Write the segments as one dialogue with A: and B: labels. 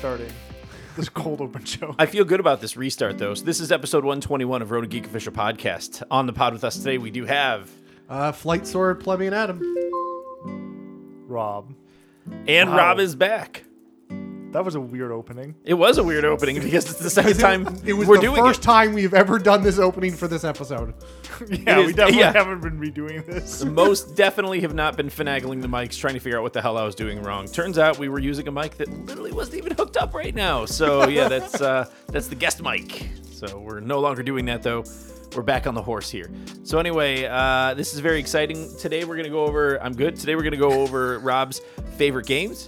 A: just cold open joke.
B: I feel good about this restart, though. So this is episode 121 of Road to Geek Official Podcast. On the pod with us today, we do have
C: Uh, Flight Sword, Plummy, and Adam.
A: Rob,
B: and
A: Wow.
B: Rob is back.
A: that was a weird opening.
B: It was a weird opening because it's the second time
C: It was
B: we're
C: the
B: doing
C: first
B: it.
C: time we've ever done this opening for this episode.
A: Yeah,
B: is-
A: we definitely
B: yeah.
A: haven't been redoing this.
B: Most definitely have not been finagling the mics, trying to figure out what the hell I was doing wrong. Turns out we were using a mic that literally wasn't even hooked up right now. So yeah, that's uh, that's the guest mic. So we're no longer doing that though. We're back on the horse here. So anyway, uh, this is very exciting. Today we're gonna go over. I'm good. Today we're gonna go over Rob's favorite games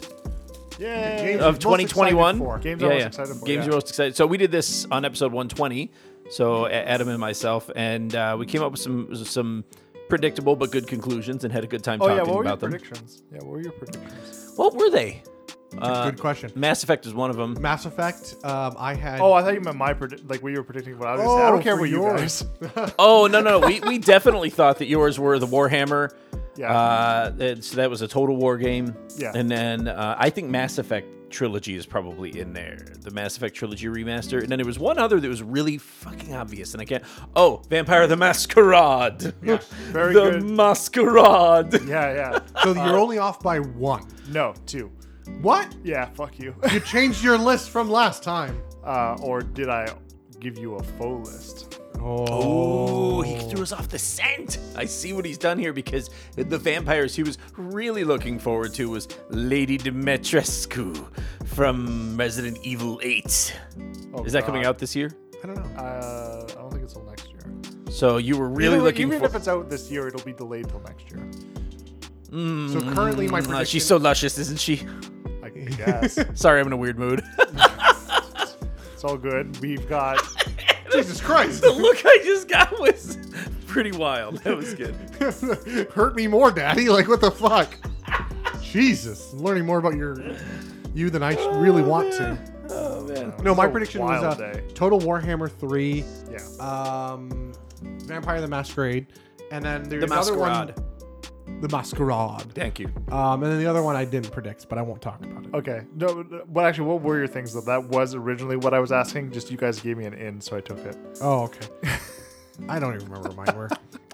A: Yay.
C: Games-
B: of
C: most
B: 2021.
C: excited for.
A: Games I was excited for,
B: Games
A: yeah.
B: you're most excited. So we did this on episode 120. So A- Adam and myself, and uh, we came up with some some predictable but good conclusions, and had a good time
A: Oh yeah,
B: talking
A: what were your
B: about them.
A: predictions? Yeah, what were your predictions?
B: what were they?
C: Good question.
B: Mass Effect is one of them.
C: Mass Effect, um, I had.
A: Oh, I thought you meant my predict. Like we were predicting what I was. gonna say. I
C: Oh,
A: don't care
C: for
A: what you
C: yours.
A: guys.
B: Oh no no, we we definitely thought that yours were the Warhammer.
A: Yeah.
B: Uh, and so that was a Total War game.
A: Yeah.
B: And then uh, I think Mass Effect trilogy is probably in there. The Mass Effect trilogy remaster, and then there was one other that was really fucking obvious, and I can't. Oh, Vampire the Masquerade.
A: very
B: the
A: good.
B: Masquerade.
A: yeah, yeah.
C: so you're only off by one.
A: No, two.
C: What?
A: Yeah, fuck you.
C: You changed your list from last time.
A: Uh, or did I give you a faux list?
B: Oh, he threw us off the scent. I see what he's done here because the vampires he was really looking forward to was Lady Dimitrescu from Resident Evil 8.
A: Oh,
B: Is that
A: God.
B: coming out this year?
C: I don't know.
A: Uh, I don't think it's till next year.
B: So you were really
A: even
B: looking
A: even
B: for.
A: if it's out this year, it'll be delayed till next year.
C: So currently, my
B: Mm, uh,
C: prediction.
B: she's so luscious, isn't she?
A: I guess
B: Sorry, I'm in a weird mood.
A: it's all good. We've got
C: Jesus Christ!
B: the look I just got was pretty wild. That was good.
C: Hurt me more, Daddy. Like what the fuck? Jesus, I'm learning more about your you than I sh- really want to.
B: Oh man.
C: No, my
A: So
C: prediction was
A: wild
C: uh,
A: day. Uh,
C: Total Warhammer three,
A: yeah.
C: um, Vampire the Masquerade, and then there's
B: The
C: another
B: masquerade.
C: one, the Masquerade,
B: Thank you.
C: um, and then the other one I didn't predict, but I won't talk about it.
A: Okay. No, no, but actually, what were your things though? That was originally what I was asking. Just you guys gave me an in, so I took it.
C: Oh, okay. I don't even remember what mine were.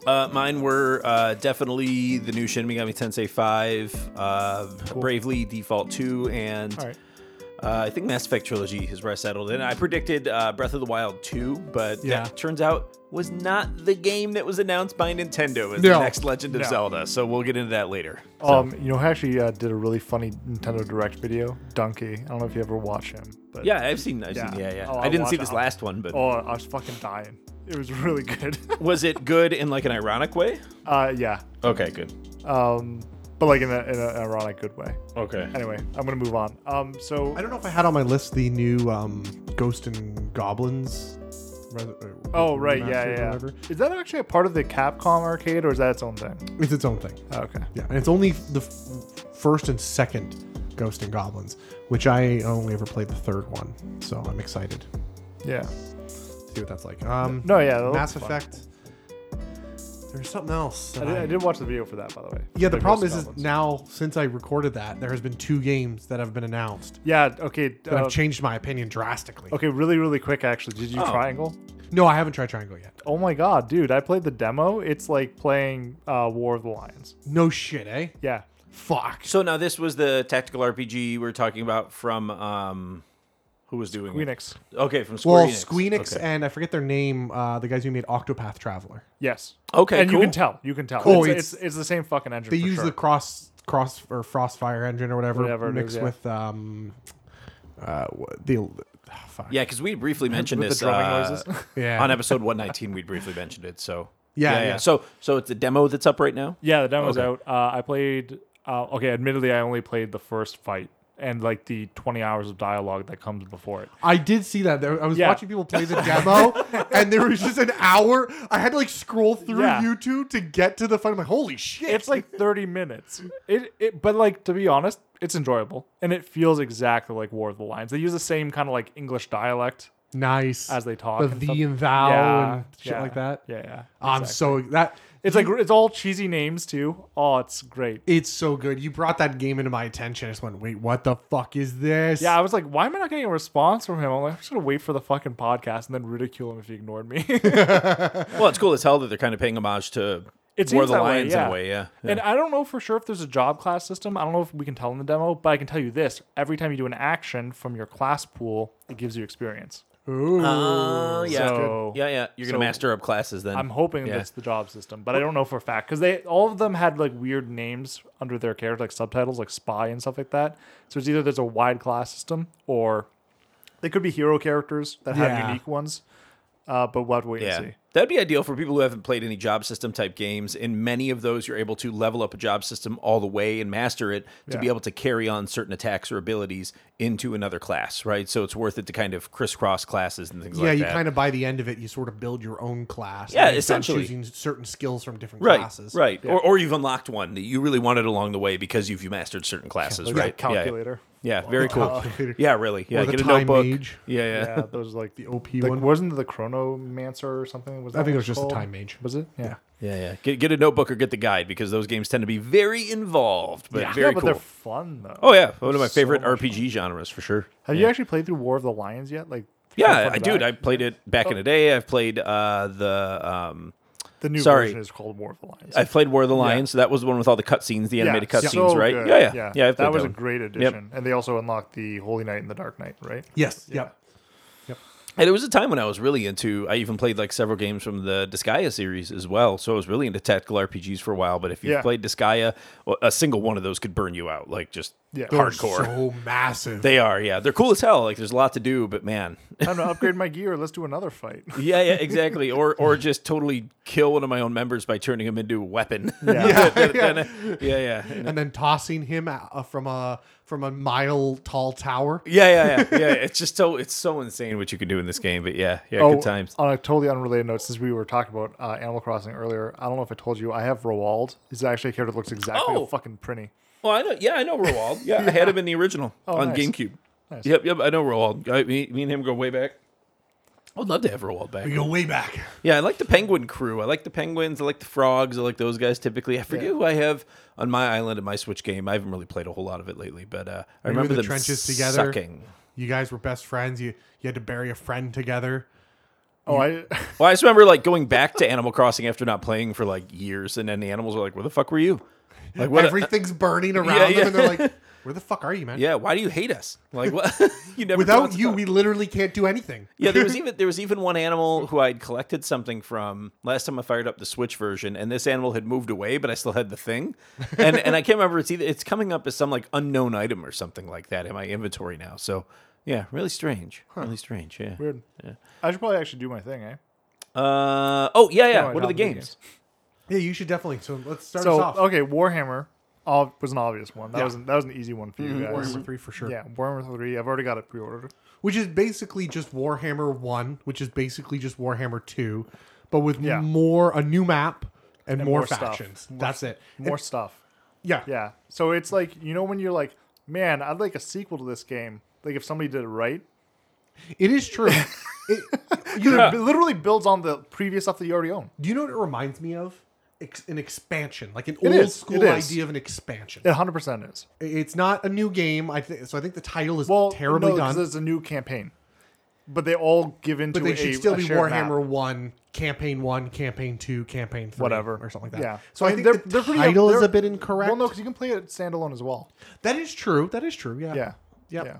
B: Uh, mine were uh, definitely the new Shin Megami Tensei 5, uh, Bravely Default 2, and
A: All right.
B: uh, I think Mass Effect Trilogy is where I settled. And I predicted uh, Breath of the Wild 2, but
C: Yeah.
B: that turns out was not the game that was announced by Nintendo as the
C: No.
B: next Legend of
A: No.
B: Zelda. So we'll get into that later.
A: Um, you know, who actually uh, did a really funny Nintendo Direct video. Donkey. I don't know if you ever watch him, but
B: Yeah, I've seen. I've
A: Yeah.
B: seen. Yeah, yeah.
A: Oh,
B: I,
A: I
B: didn't see
A: watched-
B: this last one, but
A: Oh, I was fucking dying. It was really good.
B: was it good in like an ironic way?
A: uh, yeah.
B: Okay, good.
A: Um, but like in, a, in an ironic good way.
B: Okay.
A: Anyway, I'm gonna move on. Um, so
C: I don't know if I had on my list the new um, Ghost and Goblins. res- uh,
A: Oh right,
C: remastered
A: yeah,
C: or
A: yeah. yeah.
C: whatever.
A: Is that actually a part of the Capcom arcade, or is that its own thing?
C: It's its own thing.
A: Okay.
C: Yeah, and it's only the f- first and second Ghost and Goblins, which I only ever played the third one, so I'm excited
A: Yeah.
C: to see what that's like. Um,
A: No, yeah. that looks
C: Mass
A: fun.
C: Effect. There's something else.
A: I
C: that
A: did,
C: I-
A: I did watch the video for that, by the way.
C: yeah, the
A: Ghost
C: problem is, is
A: Goblins.
C: now since I recorded that, there has been two games that have been announced
A: Yeah. Okay.
C: that
A: uh,
C: have changed my opinion drastically.
A: okay. Really, really quick. Actually, did you
B: Oh.
A: triangle?
C: No, I haven't tried Triangle yet.
A: Oh my god, dude! I played the demo. It's like playing uh, War of the Lions.
C: No shit, eh?
A: Yeah.
C: Fuck.
B: So now this was the tactical RPG we were talking about from um, who was doing it?
A: Phoenix.
B: Okay, from Square
C: Well,
B: Enix.
C: Squeenix
B: Okay.
C: and I forget their name, uh, the guys who made Octopath Traveler.
A: Yes.
B: Okay,
A: And
B: cool.
A: you can tell. You can tell.
C: Cool,
A: It's,
C: it's-
A: it's, it's the same fucking engine.
C: They
A: for
C: use
A: sure.
C: the cross cross or Frostfire engine or whatever,
A: Whatever it
C: mixed
A: is, yeah.
C: with um uh wh- the ah, fuck.
B: Yeah, because we briefly mentioned
A: with
B: this
A: the drumming
B: uh,
A: noises.
C: Yeah.
B: on episode 119. We briefly mentioned it. So
C: Yeah, yeah.
B: So so it's a demo that's up right now.
A: Yeah, the demo's
B: Okay.
A: out. Uh, I played. Uh, okay, admittedly, I only played the first fight and like the 20 hours of dialogue that comes before it.
C: I did see that. There- I was
A: Yeah.
C: watching people play the demo, and there was just an hour. I had to like scroll through
A: Yeah.
C: YouTube to get to the fun. I'm like, holy shit!
A: It's like 30 minutes. It, it, but like to be honest, it's enjoyable and it feels exactly like War of the Lions. They use the same kind of like English dialect
C: nice
A: as they talk.
C: the
A: and
C: thee
A: stuff.
C: and thou
A: Yeah,
C: and shit
A: yeah,
C: like that.
A: Yeah, yeah.
C: I'm so that
A: It's like it's all cheesy names too. Oh, it's great.
C: It's so good. You brought that game into my attention. I just went, wait, what the fuck is this?
A: Yeah, I was like, why am I not getting a response from him? I'm like, I'm just gonna wait for the fucking podcast and then ridicule him if he ignored me.
B: Well, it's cool as hell that they're kind of paying homage to
A: It seems
B: War of the
A: that way,
B: Lions in
A: yeah.
B: a way. Yeah. yeah.
A: And I don't know for sure if there's a job class system. I don't know if we can tell in the demo, but I can tell you this: every time you do an action from your class pool, it gives you experience.
C: Ooh.
B: Oh, yeah.
A: So-
B: yeah, yeah. You're gonna
A: so-
B: master up classes then.
A: I'm hoping
B: Yeah.
A: that's the job system, but I don't know for a fact because they all of them had like weird names under their character, like subtitles, like spy and stuff like that. So it's either there's a wide class system or they could be hero characters that have
C: Yeah.
A: unique ones. Uh, but what we
B: yeah.
A: and see.
B: That'd be ideal for people who haven't played any job system type games. In many of those, you're able to level up a job system all the way and master it
A: Yeah.
B: to be able to carry on certain attacks or abilities into another class, right? So it's worth it to kind of crisscross classes and things
C: Yeah,
B: like
C: you
B: that.
C: kind of by the end of it, you sort of build your own class.
B: Yeah,
C: based on
B: essentially.
C: choosing certain skills from different
B: right,
C: classes.
B: right. Or, or you've unlocked one that you really wanted along the way because you've mastered certain classes,
A: Like
B: right?
A: that calculator.
B: Yeah, yeah.
C: Uh,
B: very cool.
C: calculator.
B: Yeah, really. Yeah,
C: Or the
B: get a
C: time
B: notebook.
C: mage.
B: Yeah, yeah.
A: Yeah, those like the
C: The OP
A: like,
C: one.
A: wasn't it the Chronomancer or something? Was
C: I
A: that what
C: think it was
A: it's
C: just the
A: called?
C: time mage.
A: Was it? yeah.
B: Yeah, yeah. Get, get a notebook or get the guide because those games tend to be very involved, but very
A: yeah, but
B: cool.
A: they're fun though.
B: oh yeah, one of my
A: So
B: favorite
A: much
B: RPG genres for sure.
A: Have you actually played through War of the Lions yet? Like,
B: Yeah,
A: front
B: I
A: to
B: dude, I
A: back?
B: played it back in the day. I've played uh, the um,
A: the new
B: sorry.
A: version is called War of the Lions.
B: I played War of the Lions. So that was the one with all the cutscenes, the animated
A: Yeah,
B: cutscenes,
A: so
B: right?
A: good.
B: Yeah, yeah, yeah. I've played
A: that was a
B: one.
A: great addition, and they also unlocked the Holy Knight and the Dark Knight, right?
C: Yes. Yep.
B: And there was a time when I was really into. I even played like several games from the Disgaea series as well. So I was really into tactical RPGs for a while. But if you
A: Yeah.
B: have played Disgaea, well, a single one of those could burn you out, like just
A: Yeah. They're
B: hardcore.
C: So massive.
B: they are, yeah. They're cool as hell. Like there's a lot to do, but man,
A: Time to upgrade my gear. Let's do another fight.
B: Yeah, yeah, exactly. or or just totally kill one of my own members by turning him into a weapon.
A: Yeah.
B: yeah, yeah, yeah,
C: and then tossing him out, uh, from a from a mile tall tower.
B: yeah, yeah, yeah. It's just so it's so insane what you can do in this game. But yeah, yeah,
A: Oh.
B: good times.
A: On a totally unrelated note, since we were talking about uh, Animal Crossing earlier, I don't know if I told you, I have Roald. He's actually a character that looks exactly
B: Oh.
A: like fucking Prinny.
B: Well, Oh, I know. Yeah, I know Roald. Yeah, I had him in the original on
A: nice.
B: GameCube. Yep, yep. I know Roald. I, me, me and him go way back. I would love to have Roald back.
C: We go way back.
B: Yeah, I like the penguin crew. I like the penguins. I like the frogs. I like those guys typically. I forget who I have on my island in my Switch game. I haven't really played a whole lot of it lately, but uh, I
C: were in
B: remember
C: the
B: them
C: trenches together.
B: sucking.
C: You guys were best friends. You you had to bury a friend together.
A: Oh, I
B: Well, I just remember like going back to Animal Crossing after not playing for like years, and then the animals were like, "Where the fuck were you? Like, what?
C: Everything's burning around
B: Yeah, yeah.
C: them, and they're like, "Where the fuck are you, man?"
B: yeah, why do you hate us? Like, what? you never told
C: Without
B: us
C: you,
B: about-
C: we literally can't do anything.
B: yeah, there was even there was even one animal who I'd collected something from last time I fired up the Switch version, and this animal had moved away, but I still had the thing, and and I can't remember it's either it's coming up as some like unknown item or something like that in my inventory now. So yeah, really strange, really strange. Yeah.
A: weird. I should probably actually do my thing, eh?
B: Uh oh yeah yeah.
A: I
B: what are the
A: don't do
B: games?
C: Yeah, you should definitely. So let's start us
A: So
C: off.
A: okay, Warhammer ob- was an obvious one. That was an, that was an easy one for you guys.
C: Mm-hmm. Warhammer three for sure.
A: Yeah, Warhammer three. I've already got it pre-ordered.
C: Which is basically just Warhammer one, which is basically just Warhammer two, but with
A: Yeah.
C: more a new map and, more,
A: more stuff.
C: factions. That's it.
A: More
C: And-
A: stuff.
C: yeah.
A: Yeah. So it's like you know when you're like, man, I'd like a sequel to this game. Like if somebody did it right,
C: It is true. it, you know,
A: it literally builds on the previous stuff that you already own.
C: Do you know what it reminds me of? Ex- an expansion, like an
A: It
C: old
A: is,
C: school
A: it is.
C: idea of an expansion.
A: It 100 percent is.
C: It's not a new game. I think so. I think the title is
A: Well,
C: terribly
A: no, 'cause
C: done,
A: It's a new campaign, but they all give into.
C: but they
A: a,
C: should still
A: a
C: be
A: shared map.
C: Warhammer One, Campaign One, Campaign Two, Campaign Three,
A: Whatever
C: or something like that.
A: Yeah.
C: So I,
A: mean,
C: think the title is a bit incorrect.
A: Well, no, because you can play it standalone as well.
C: that is true. That is true. Yeah.
A: Yeah.
C: Yep.
A: Yeah.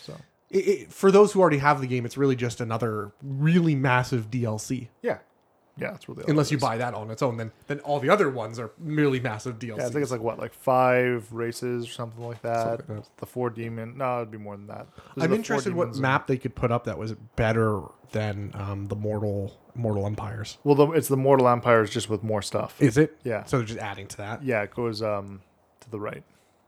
A: So
C: It- it- for those who already have the game, it's really just another really massive DLC.
A: yeah, yeah, that's really all
C: Unless
A: it
C: you
A: is.
C: buy that on its own, then then all the other ones are merely massive DLC.
A: Yeah, I think it's like what, like five races or something like that.
C: Something like
A: The four demon. No, it'd be more than that. There's
C: I'm
A: the four
C: interested what
A: demons and-
C: map they could put up that was better than um, the Mortal Mortal Empires.
A: Well, the, it's the Mortal Empires just with more stuff.
C: Is it?
A: Yeah.
C: So they're just adding to that.
A: yeah, it goes um to the right,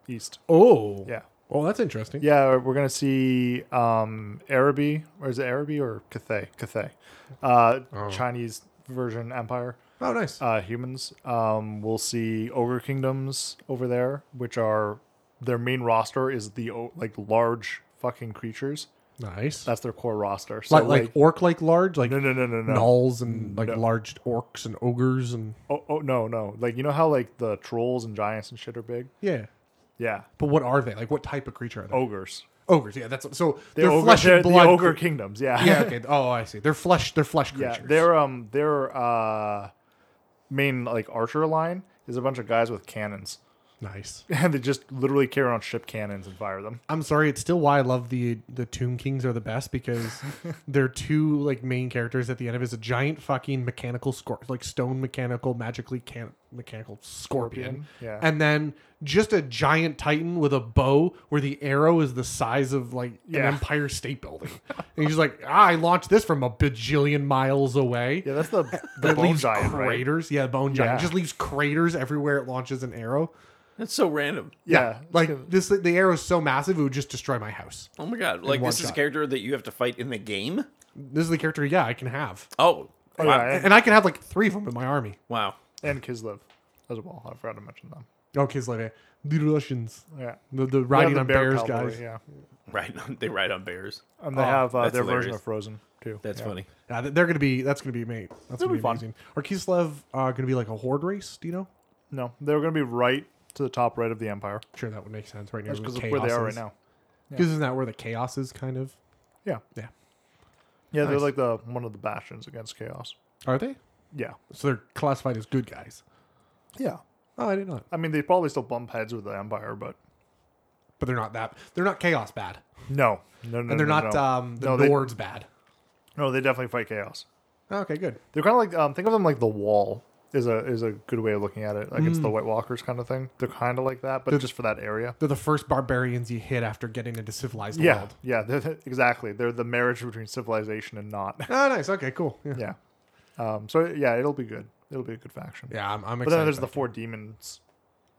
A: east.
C: Oh.
A: Yeah.
C: Well, that's interesting.
A: Yeah, we're gonna see um Araby or is it Araby or Cathay? Cathay, uh, Chinese version empire.
C: Oh, nice.
A: Uh, humans. Um, we'll see ogre kingdoms over there, which are their main roster is the o- like large fucking creatures.
C: Nice.
A: That's their core roster. So
C: like, like orc like large, like
A: no no no no no
C: gnolls and like
A: No.
C: large orcs and ogres and
A: Oh, oh no no like you know how like the trolls and giants and shit are big.
C: yeah.
A: Yeah,
C: But what are they? Like what type of creature are they?
A: ogres.
C: Ogres. Yeah, that's so
A: They're,
C: they're,
A: ogre,
C: flesh
A: they're
C: and blood.
A: the ogre
C: cre-
A: kingdoms. Yeah,
C: yeah. Okay. Oh, I see. They're flesh. They're flesh
A: yeah.
C: creatures.
A: Their um their uh main like archer line is a bunch of guys with cannons,
C: nice.
A: and they just literally carry on ship cannons and fire them.
C: I'm sorry. It's still why I love the the Tomb Kings are the best because their two like main characters at the end of it is a giant fucking mechanical scor like stone mechanical magically can mechanical scorpion,
A: Scorpion, yeah.
C: and then just a giant titan with a bow where the arrow is the size of like
A: Yeah.
C: an Empire State Building, and he's like, ah, I launched this from a bajillion miles away.
A: Yeah, that's the the
C: That
A: bone
C: leaves
A: giant, right?
C: craters. Yeah, bone giant
A: Yeah.
C: It just leaves craters everywhere it launches an arrow.
B: That's so random.
A: Yeah,
C: Like this, the arrow is so massive it would just destroy my house.
B: Oh my god! Like
C: one
B: this is a
C: shot.
B: character that you have to fight in the game.
C: This is the character, yeah, I can have,
B: Oh,
A: Oh,
B: wow!
A: yeah, and,
C: and I can have like three of them in my army.
B: Wow.
A: and Kislev as well. I forgot to mention them.
C: Oh, Kislev, the Russians,
A: Yeah,
C: the, the
A: They have
C: riding
A: the
C: on
A: bear
C: bears
A: cavalry,
C: guys. Yeah.
A: Yeah,
B: Right? on- They ride on bears.
A: and they
C: Oh,
A: have uh,
B: that's
A: their version
B: hilarious.
A: of Frozen too.
B: That's
A: yeah.
B: funny.
C: th- they're gonna be. That's gonna be mate. That's gonna
A: be
C: be,
A: fun.
C: amazing. Are Kislev uh, gonna be like a horde race? Do you know?
A: No, they're going to be right to the top right of the empire
C: Sure, that would make sense right near
A: That's
C: the
A: because
C: chaos.
A: of where they are right now.
C: Because isn't that where the chaos is? Kind of.
A: Yeah,
C: Yeah.
A: yeah, they're
C: Nice.
A: like the one of the bastions against chaos.
C: Are they?
A: Yeah,
C: So they're classified as good guys.
A: yeah.
C: Oh, I did not.
A: I mean, they probably still bump heads with the empire, but
C: But they're not that. They're not chaos bad.
A: no, no, no.
C: and they're
A: no,
C: not
A: no.
C: um, the
A: No, they-
C: Nords bad. Oh,
A: no, they definitely fight chaos.
C: Okay, good.
A: They're kind of like um, think of them like the wall is a is a good way of looking at it. Like it's the White Walkers kind of thing. Hmm. They're kind of like that, but just for that area.
C: They're the first barbarians you hit after getting into civilized
A: Yeah,
C: world.
A: yeah, they're, they're- exactly. They're the marriage between civilization and not.
C: Oh, nice. Okay, cool. Yeah, yeah.
A: yeah. Um, so yeah, it'll be good. It'll be a good faction.
C: I'm, I'm
A: But
C: excited.
A: then there's the
C: about it.
A: four demons.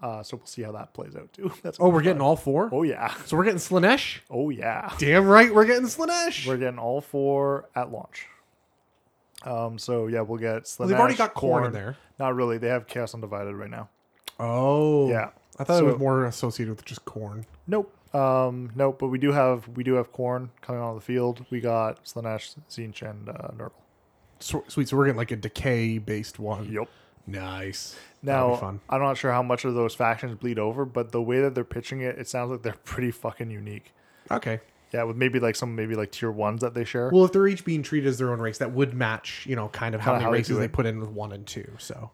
A: Uh, so we'll see how that plays out too. That's
C: oh, we're getting all four.
A: oh yeah,
C: So we're getting Slanesh.
A: oh yeah.
C: Damn right, we're getting Slanesh.
A: We're getting all four at launch. Um, so yeah, we'll get. Slanesh,
C: Well, they've already got corn in
A: Khorne.
C: there.
A: Not really. They have Chaos Undivided right now.
C: Oh,
A: Yeah.
C: I thought it
A: So-
C: was more associated with just corn.
A: Nope. Um, nope. But we do have we do have corn coming on the field. We got Slanesh, Zinch, and uh, Nurgle.
C: Sw- Sweet. So we're getting like a decay based one.
A: Yep.
C: Nice. That'll be
A: Now
C: fun.
A: I'm not sure how much of those factions bleed over, but the way that they're pitching it, it sounds like they're pretty fucking unique.
C: Okay.
A: Yeah, with maybe like some maybe like tier ones that they share.
C: Well, if they're each being treated as their own race, that would match, you know, kind of how
A: Kinda
C: many
A: how they
C: races
A: do
C: they
A: it.
C: put in with one and two. So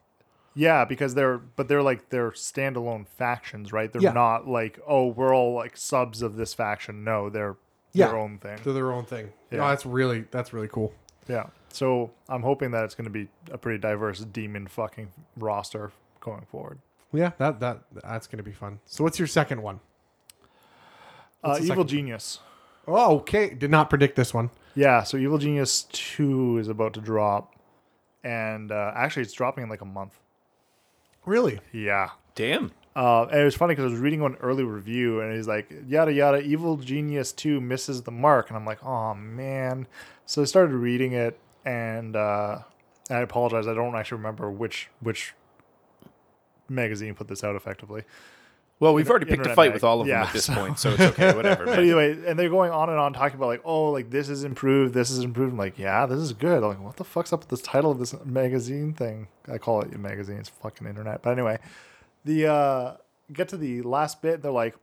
A: yeah, because they're but they're like they're standalone factions, right? They're
C: Yeah.
A: not like oh we're all like subs of this faction. No, they're
C: Yeah.
A: their own thing.
C: they're their own thing. Yeah.
A: Yeah.
C: that's really that's really cool.
A: Yeah. So I'm hoping that it's going to be a pretty diverse demon fucking roster going forward.
C: Yeah, that that that's gonna be fun. So what's your second one?
A: Uh,
C: the
A: Evil
C: second?
A: Genius.
C: Oh, okay. Did not predict this one.
A: Yeah. So Evil Genius 2 is about to drop. And uh, actually, it's dropping in like a month.
C: Really?
A: Yeah.
B: Damn.
A: Uh, and it was funny because I was reading one early review and he's like, yada, yada, Evil Genius 2 misses the mark. And I'm like, oh, man. So I started reading it and, uh, and I apologize. I don't actually remember which which magazine put this out effectively.
B: Well, we've already picked a
A: Internet
B: fight
A: mag.
B: with all of
A: Yeah,
B: them at this
A: so-
B: point, so it's okay. Whatever.
A: But
B: man.
A: anyway, and they're going on and on talking about like, oh, like this is improved, this is improved. I'm like, yeah, this is good. I'm like, what the fuck's up with this title of this magazine thing? I call it a magazine. It's fucking internet. But anyway, the uh, get to the last bit. They're like,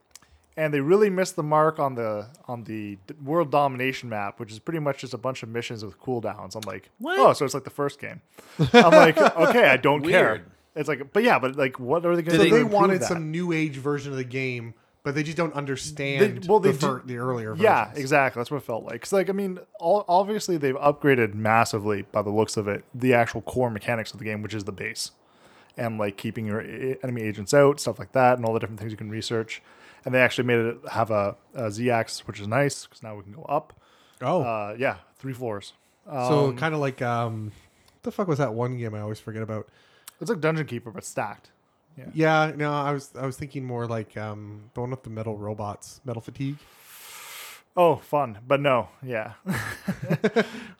A: and they really missed the mark on the on the d- world domination map, which is pretty much just a bunch of missions with cooldowns. I'm like,
B: What?
A: oh, so it's like the first game. I'm like, okay, I don't
B: Weird.
A: care. It's like, but yeah, but like, what are they going
B: Did
A: to?
B: they
C: They
A: improve
C: wanted
A: that?
C: some new age version of the game, but they just don't understand
A: well, they
C: the, fir-
A: do-
C: the earlier
A: Yeah,
C: versions.
A: exactly. That's what it felt like. 'Cause, like, I mean, all, obviously they've upgraded massively by the looks of it, the actual core mechanics of the game, which is the base, and like keeping your e- enemy agents out, stuff like that, and all the different things you can research. And they actually made it have a, a Z axis, which is nice because now we can go up.
C: Oh,
A: Uh, yeah, three floors.
C: so kind of like um, what the fuck was that one game I always forget about?
A: It's like Dungeon Keeper, but stacked. Yeah.
C: Yeah, no, I was I was thinking more like um, the one with the metal robots, metal fatigue.
A: Oh, fun, but no, yeah,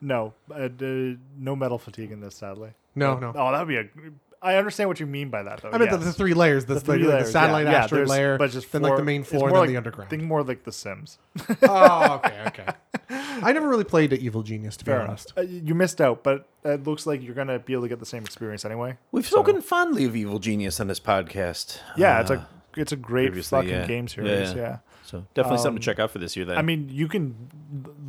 A: no, uh, d- no metal fatigue in this, sadly.
C: No, no.
A: Oh, that would be a. I understand what you mean by that, though.
C: I meant the-
A: yes.
C: the three layers, the,
A: three
C: like, the
A: layers, yeah.
C: satellite
A: Yeah,
C: asteroid
A: there's-
C: layer,
A: but just
C: then
A: four-
C: like the main
A: it's more
C: floor, and then
A: like-
C: the underground.
A: Think more like The Sims.
C: oh, okay, okay. I never really played Evil Genius to be
A: Fair enough.
C: honest.
A: Uh, you missed out, but it looks like you're gonna be able to get the same experience anyway.
B: We've spoken fondly of Evil Genius on this podcast.
A: Yeah, it's
B: Uh,
A: a it's a great
B: previously,
A: fucking
B: yeah.
A: game
B: Yeah,
A: series.
B: yeah.
A: Yeah,
B: so definitely something to check out for this year. Then
A: um, I mean, you can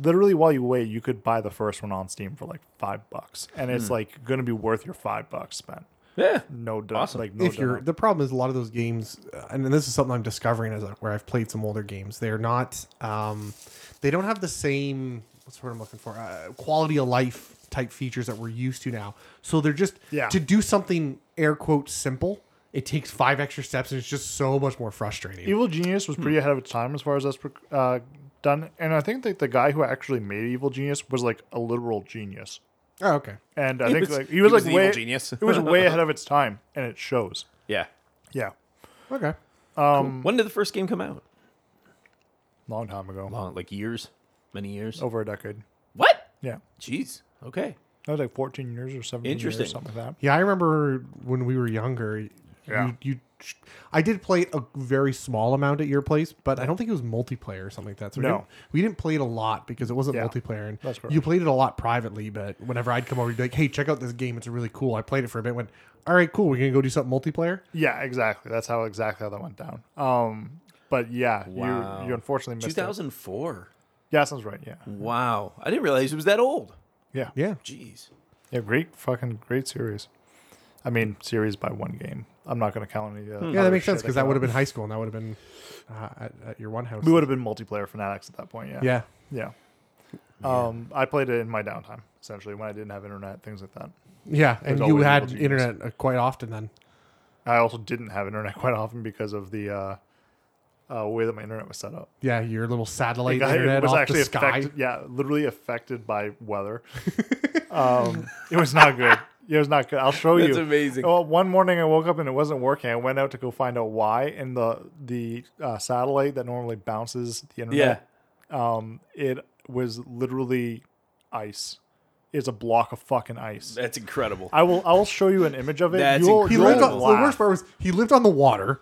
A: literally while you wait, you could buy the first one on Steam for like five bucks, and
B: Hmm.
A: it's like gonna be worth your five bucks spent.
B: yeah,
A: No, doubt.
B: Awesome.
A: Like no
C: if you're
A: doubt.
C: the problem is a lot of those games uh, and this is something i'm discovering as I, where i've played some older games they're not um they don't have the same what's the word i'm looking for uh, quality of life type features that we're used to now so they're just
A: Yeah.
C: to do something air quote simple it takes five extra steps and it's just so much more frustrating
A: Evil Genius was
B: Hmm.
A: pretty ahead of its time as far as that's uh, done, and I think that the guy who actually made Evil Genius was like a literal genius,
C: oh okay
A: and I
B: He
A: think
B: was-
A: like he was
B: he was
A: like
B: the
A: way
B: evil genius.
A: it was way ahead of its time, and it shows.
B: yeah. Um,
A: Yeah,
C: okay
B: When did the first game come out?
A: long time ago,
B: Long, like years, many years.
A: over a decade.
B: What?
A: Yeah,
B: Jeez. Okay.
A: that was like 14 years or 17
B: Interesting.
A: years, something like that.
C: yeah i remember when we were younger
A: Yeah.
C: you, you I did play it a very small amount at your place, but I don't think it was multiplayer or something like that. So we,
A: No.
C: didn't, we didn't play it a lot because it wasn't
A: Yeah.
C: multiplayer. And
A: That's correct.
C: you played it a lot privately, but whenever I'd come over, you'd be like, hey, check out this game. It's really cool. I played it for a bit, went, all right, cool. We're going to go do something multiplayer.
A: Yeah, exactly. That's how exactly how that went down. Um, but yeah,
B: Wow.
A: you you unfortunately missed it.
B: 2004.
A: Yeah, sounds right. Yeah,
B: Wow. I didn't realize it was that old.
A: yeah,
C: Yeah.
B: Jeez.
A: yeah. Great fucking great series. I mean, series by one game. I'm not going to count any.
B: Hmm.
A: Uh,
C: Yeah, that
A: other
C: makes
A: shit
C: sense
A: came
C: because that
A: out.
C: would have been high school and that would have been uh, at, at your one house.
A: We would have been multiplayer fanatics at that point. Yeah.
C: Yeah.
A: Yeah. Um, I played it in my downtime, essentially, when I didn't have internet, things like that.
C: Yeah. And
A: There's
C: you
A: always
C: had
A: Evil Genius.
C: internet uh, quite often then.
A: I also didn't have internet quite often because of the uh, uh, way that my internet was set up.
C: Yeah. Your little satellite
A: Like, I-
C: internet off the sky.
A: affected. Yeah, literally affected by weather. um, it was not good. It was not good. I'll show
B: That's
A: you.
B: amazing.
A: Well, one morning I woke up and it wasn't working. I went out to go find out why, and the the uh, satellite that normally bounces the internet
B: Yeah.
A: um, it was literally ice. It's a block of fucking ice.
B: That's incredible.
A: I will. I will show you an image of it.
B: That's
A: you'll,
C: He
B: You're
A: you'll
C: lived on,
B: incredible.
A: laugh.
C: the worst part was he lived on the water.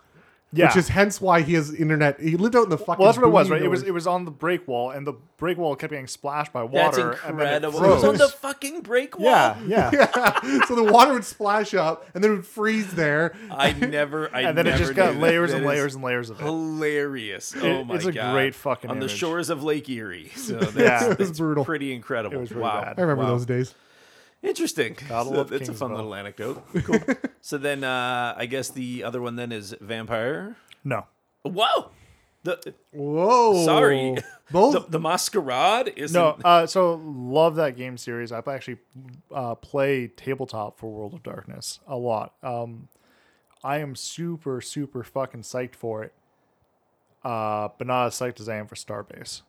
A: yeah.
C: Which is hence why he has internet. He lived out in the fucking.
A: well, that's what it was,
C: boonies
A: right? It
C: or-
A: was. It was on the break wall, and the break wall kept getting splashed by
B: That's
A: water. And then it
B: incredible. It, was
A: froze.
B: on the fucking break wall.
A: yeah, yeah.
C: yeah. So the water would splash up, and then it would freeze there.
B: I never. I
A: And then it
B: never
A: just got
B: knew that.
A: layers
B: That
A: and
B: is
A: layers and layers of it.
B: Hilarious. Oh
A: It-
B: my
A: it's a
B: god.
A: great fucking
B: on the
A: image.
B: shores of Lake Erie. So that's,
A: Yeah. It was
B: that's
C: brutal.
B: pretty incredible.
A: It was really
B: wow.
A: bad.
C: I remember
B: Wow.
C: those days.
B: Interesting.
A: Battle
B: So
A: of
B: that's a fun
A: Kingsville.
B: little anecdote. Cool. so then, uh, I guess the other one then is vampire.
A: No,
B: Whoa. The
C: Whoa!
B: sorry.
C: Both.
B: The, the masquerade is
A: Oh. no. Uh, so love that game series. I actually uh, play tabletop for World of Darkness a lot. Um, I am super, super fucking psyched for it. Uh, but not as psyched as I am for Starbase.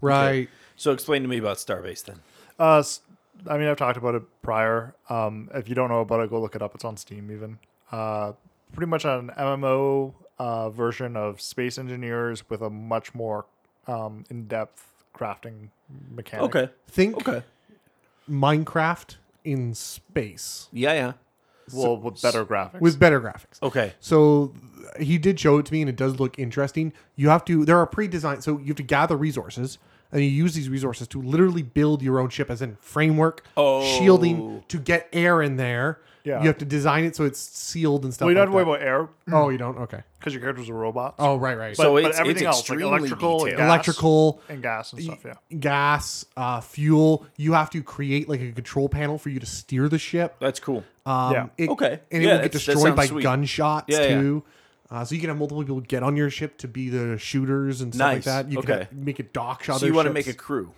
C: right.
B: So explain to me about Starbase then.
A: Uh, s- I mean, I've talked about it prior. Um, if you don't know about it, go look it up. It's on Steam even. Uh, pretty much an MMO uh, version of Space Engineers with a much more um, in-depth crafting mechanic.
B: Okay.
C: Think
B: Okay.
C: Minecraft in space
B: Yeah, yeah.
A: Well, with better graphics.
C: with better graphics.
B: Okay.
C: So he did show it to me, and it does look interesting. You have to. There are pre-designed, so you have to gather resources, and you use these resources to literally build your own ship, as in framework, shielding to get air in there.
A: Yeah.
C: You have to design it so it's sealed and stuff.
A: well, you don't have to
C: like
A: worry about air
C: that. Oh, you don't. Okay.
A: because your characters are robots.
C: Oh, right, right.
A: But,
B: So
A: but
B: it's- it's
A: everything else, like
B: extremely
A: electrical, and
B: detailed.
A: gas,
C: electrical
A: and gas and stuff. Yeah.
C: gas uh, fuel you have to create like a control panel for you to steer the ship
B: That's cool.
C: um,
A: Yeah.
C: it-
B: Okay.
C: and
B: Yeah,
C: it will get
B: that's- that
C: destroyed
B: sounds
C: by
B: sweet.
C: gunshots
B: Yeah, yeah.
C: too uh, so you can have multiple people get on your ship to be the shooters and stuff
B: Nice.
C: like that you
B: Okay.
C: can make it dock shot
B: So you want to make a crew.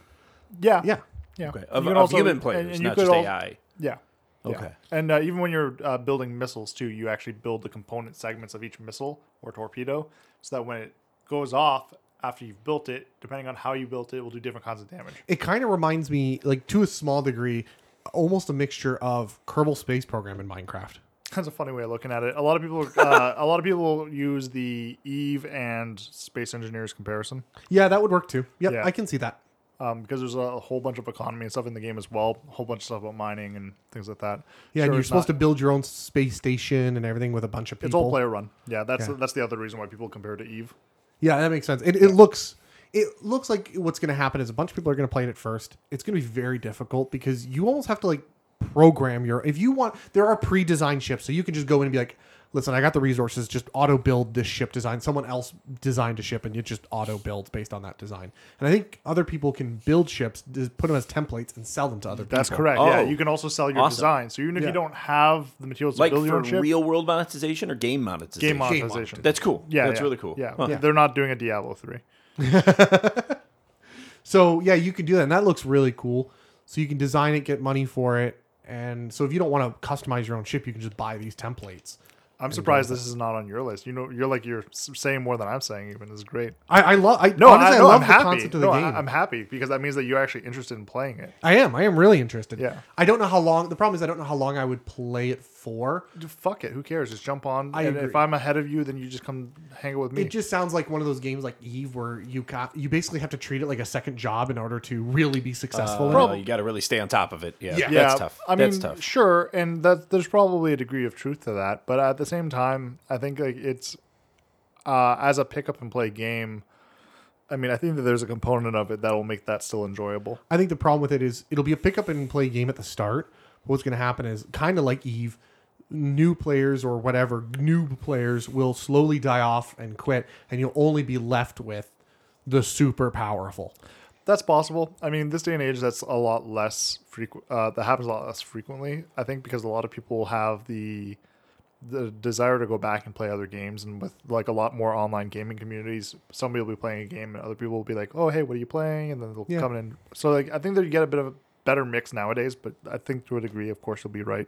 A: Yeah.
C: yeah
A: Yeah.
B: Okay. Of,
A: You can
B: of
A: also-
B: human
A: and-
B: players,
A: and you
B: not
A: could
B: just
A: al-
B: AI.
A: Yeah. Yeah.
B: Okay.
A: And uh, even when you're uh, building missiles too, you actually build the component segments of each missile or torpedo, so that when it goes off after you've built it, depending on how you built it, it will do different kinds of damage.
C: it kind of reminds me like to a small degree almost a mixture of kerbal space program and minecraft
A: That's a funny way of looking at it. A lot of people, uh, a lot of people use the Eve and Space Engineers comparison
C: yeah that would work too yep,
A: Yeah.
C: i can see that
A: um, because there's a, whole bunch of economy and stuff in the game as well, a whole bunch of stuff about mining and things like that.
C: yeah and
A: Sure,
C: you're
A: it's
C: supposed
A: not-
C: to build your own space station and everything with a bunch of people
A: It's all player run. Yeah, that's
C: Yeah.
A: that's the other reason why people compare it to Eve.
C: Yeah, that makes sense. It, it looks it looks like what's going to happen is a bunch of people are going to play it at first. It's going to be very difficult because you almost have to like program your if you want there are pre-designed ships so you can just go in and be like listen i got the resources just auto build this ship design someone else designed a ship and it just auto builds based on that design and i think other people can build ships d- put them as templates and sell them to other people
A: That's correct. yeah,
B: Oh.
A: you can also sell your
B: Awesome.
A: design. So even if
C: Yeah.
A: you don't have the materials
B: Like
A: to build your
B: for
A: own ship,
B: real world monetization or game monetization?
A: game monetization.
B: That's cool.
A: yeah,
B: that's
A: yeah,
B: really cool.
A: Yeah.
B: Huh.
A: they're not doing a Diablo three.
C: So yeah, you can do that, and that looks really cool. So you can design it, get money for it, and so if you don't want to customize your own ship, you can just buy these templates.
A: I'm surprised this is not on your list. You know, you're like you're s- saying more than I'm saying. Even is great.
C: I, I love. I
A: No,
C: honestly, I,
A: I, no,
C: love
A: I'm
C: the
A: happy.
C: concept of the
A: no,
C: game.
A: I, am happy because that means that you're actually interested in playing it.
C: I am. I am really interested.
A: Yeah.
C: I don't know how long. The problem is, I don't know how long I would play it for.
A: Dude, fuck it. Who cares? Just jump on.
C: I
A: and
C: agree.
A: if I'm ahead of you, then you just come hang out with me.
C: It just sounds like one of those games like Eve, where you got you basically have to treat it like a second job in order to really be successful. in it.
B: Uh, you got to really stay on top of it. Yeah,
C: Yeah.
B: that's tough.
A: I mean,
B: that's tough.
A: sure, and that there's probably a degree of truth to that, but at the same time, I think like it's uh, as a pick up and play game. I mean, I think that there's a component of it that'll make that still enjoyable.
C: I think the problem with it is it'll be a pick up and play game at the start. What's going to happen is kind of like Eve, new players or whatever, noob players will slowly die off and quit, and you'll only be left with the super powerful.
A: That's possible. I mean, this day and age, that's a lot less frequent. Uh, that happens a lot less frequently, I think, because a lot of people have the the desire to go back and play other games, and with like a lot more online gaming communities, somebody will be playing a game, and other people will be like, "Oh, hey, what are you playing?" And then they'll
C: Yeah.
A: come in. So, like, I think that you get a bit of a better mix nowadays. But I think to a degree, of course, you'll be right.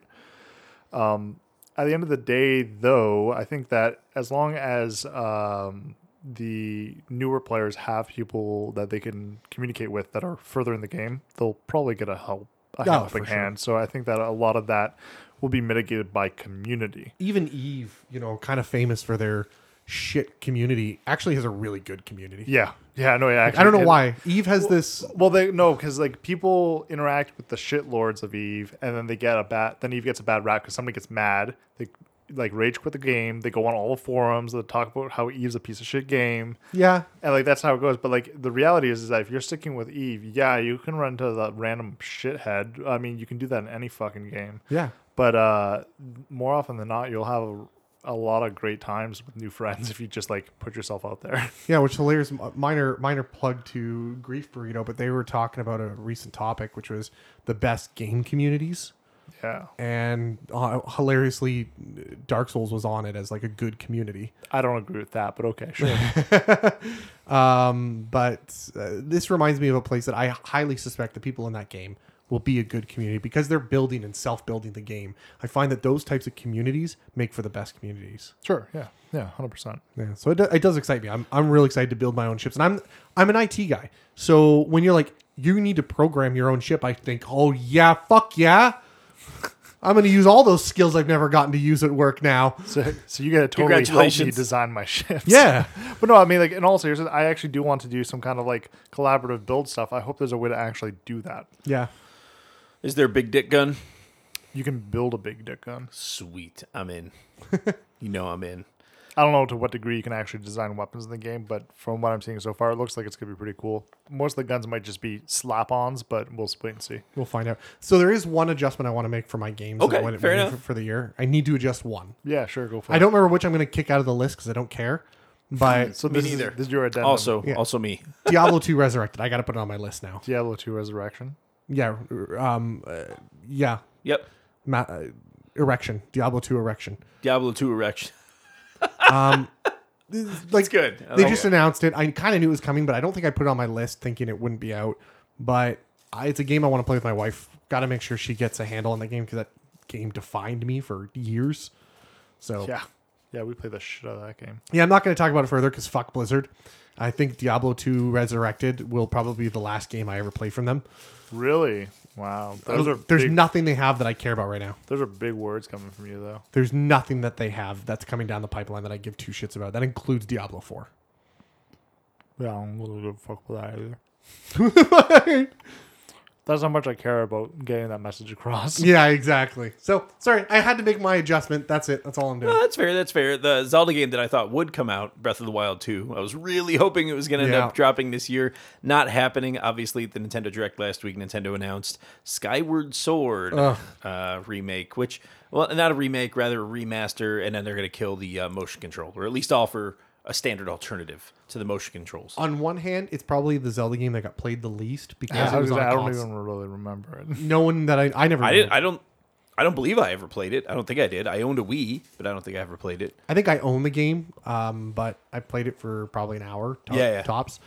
A: Um, At the end of the day, though, I think that as long as um, the newer players have people that they can communicate with that are further in the game, they'll probably get a help a
C: Oh,
A: helping
C: for sure.
A: hand. So I think that a lot of that will be mitigated by community.
C: Even Eve, you know, kind of famous for their shit community, actually has a really good community.
A: Yeah, yeah, no, yeah. Actually,
C: I don't know
A: it-
C: why. Eve has this.
A: Well, they no, because like people interact with the shit lords of Eve, and then they get a bad. Then Eve gets a bad rap because somebody gets mad. They like rage quit the game. They go on all the forums. They talk about how Eve's a piece of shit game.
C: Yeah.
A: and like that's how it goes. But like the reality is, is that if you're sticking with Eve, yeah, you can run into the random shithead. I mean, you can do that in any fucking game.
C: Yeah.
A: But uh, more often than not, you'll have a, a lot of great times with new friends if you just like put yourself out there.
C: Yeah, which hilarious minor minor plug to Grief Burrito, but they were talking about a recent topic, which was the best game communities.
A: yeah,
C: and uh, hilariously dark souls was on it as like a good community
A: I don't agree with that, but okay, sure.
C: um, but uh, this reminds me of a place that i highly suspect the people in that game will be a good community because they're building and self-building the game i find that those types of communities make for the best communities
A: sure, yeah, yeah, hundred percent.
C: yeah so it, do- it does excite me I'm, I'm really excited to build my own ships and i'm i'm an it guy so when you're like you need to program your own ship i think oh yeah fuck yeah i'm gonna use all those skills i've never gotten to use at work now
A: So, so you get to totally help me
B: Congratulations.
A: design my ships.
C: yeah
A: but no, I mean, like, in all seriousness, I actually do want to do some kind of like collaborative build stuff. I hope there's a way to actually do that.
C: yeah
B: Is there a big dick gun?
A: You can build a big dick gun.
B: Sweet, I'm in. you know I'm in.
A: I don't know to what degree you can actually design weapons in the game, but from what I'm seeing so far, it looks like it's gonna be pretty cool. Most of the guns might just be slap-ons, but we'll wait and see.
C: We'll find out. So there is one adjustment I want to make for my games. that I
B: Okay,
C: wanted to
B: fair
C: make
B: enough.
C: For, for the year, I need to adjust one.
A: Yeah, sure, go for it.
C: I don't remember which I'm going to kick out of the list because I don't care. But
A: So
B: Me
A: this
B: neither.
A: Is, this is your addendum.
B: Also, also me.
C: Diablo 2 Resurrected, I got to put it on my list now.
A: Diablo 2 Resurrection.
C: Yeah, er, um, uh, yeah,
B: Yep.
C: Ma- uh, erection, Diablo 2 erection.
B: Diablo 2 erection.
C: Like
B: It's good. Oh, I
C: They
B: like
C: just
B: it.
C: announced it. I kind of knew it was coming, but I don't think I put it on my list thinking it wouldn't be out. But I, it's a game I want to play with my wife. Got to make sure she gets a handle on that game because that game defined me for years. So
A: Yeah. Yeah, we play the shit out of that game.
C: Yeah, I'm not going to talk about it further because fuck Blizzard. I think Diablo 2 Resurrected will probably be the last game I ever play from them.
A: Really? Wow. Those are
C: There's
A: big,
C: nothing they have that I care about right now.
A: those are big words coming from you though.
C: There's nothing that they have that's coming down the pipeline that I give two shits about. That includes Diablo 4.
A: Yeah, I don't really give a fuck with that either. That's how much I care about getting that message across.
C: Yeah, exactly. So sorry, I had to make my adjustment. That's it. That's all I'm
B: No,
C: doing.
B: that's fair. That's fair. The Zelda game that I thought would come out, Breath of the Wild 2, I was really hoping it was going to end
C: Yeah.
B: up dropping this year. Not happening. Obviously, at the Nintendo Direct last week, Nintendo announced Skyward Sword uh, remake, which, well, not a remake, rather a remaster, and then they're going to kill the uh, motion control, or at least offer a standard alternative to the motion controls.
C: On one hand, it's probably the Zelda game that got played the least because
A: I,
C: it
A: was
C: was
A: gonna
C: on
A: say, I don't
C: console.
A: even really remember it.
C: No one that I I never.
B: I
C: really-
B: didn't. I don't. I don't believe I ever played it. I don't think I did. I owned a Wii, but I don't think I ever played it.
C: I think I own the game, um, but I played it for probably an hour top,
B: Yeah, yeah.
C: tops.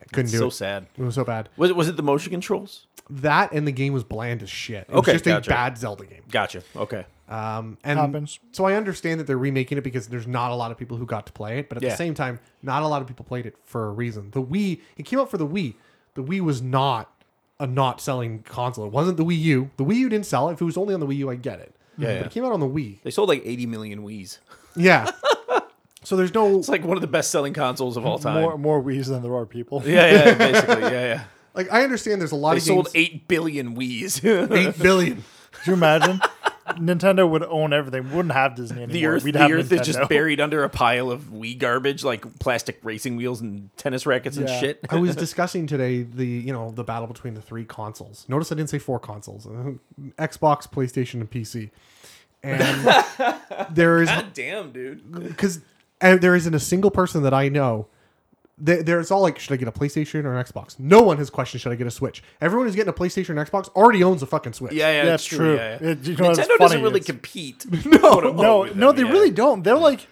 C: I couldn't do
B: so
C: it.
B: sad.
C: It was so bad.
B: Was it? Was it the motion controls?
C: That and the game was bland as shit. It
B: Okay,
C: was just
B: gotcha.
C: a bad Zelda game.
B: Gotcha. Okay.
C: Um, and
A: Happens.
C: so I understand that they're remaking it because there's not a lot of people who got to play it, but at
B: Yeah.
C: the same time, not a lot of people played it for a reason. The Wii, it came out for the Wii. The Wii was not a not selling console. It wasn't the Wii U. The Wii U didn't sell. If it was only on the Wii U, I get it.
B: Yeah,
C: but
B: yeah.
C: it came out on the Wii.
B: They sold like 80 million Wii's.
C: Yeah. so there's no
B: It's like one of the best selling consoles of all time.
A: More more Wii's than there are people.
B: Yeah, yeah, basically. Yeah, yeah.
C: like I understand there's a lot
B: They
C: of
B: sold
C: games.
B: 8 billion Wii's. the
C: eight billion.
A: Could you imagine? Nintendo would own everything. We Wouldn't have Disney anymore.
B: earth,
A: We'd
B: the
A: have
B: earth is just
A: Nintendo.
B: buried under a pile of Wii garbage, like plastic racing wheels and tennis rackets and
A: Yeah.
B: shit.
C: I was discussing today the you know the battle between the three consoles. Notice I didn't say four consoles: uh, Xbox, PlayStation, and PC. And there is
B: God damn, dude.
C: because there isn't a single person that I know. They, they're- it's all like, should I get a PlayStation or an Xbox? No one has questioned, should I get a Switch? Everyone who's getting a PlayStation or an Xbox already owns a fucking Switch.
B: Yeah, yeah,
A: That's
B: that's true.
A: true.
B: Yeah, yeah.
A: It- you know, it's
B: Nintendo
A: funny,
B: doesn't really
A: it's-
B: compete. No,
A: No, no, they really don't. They're like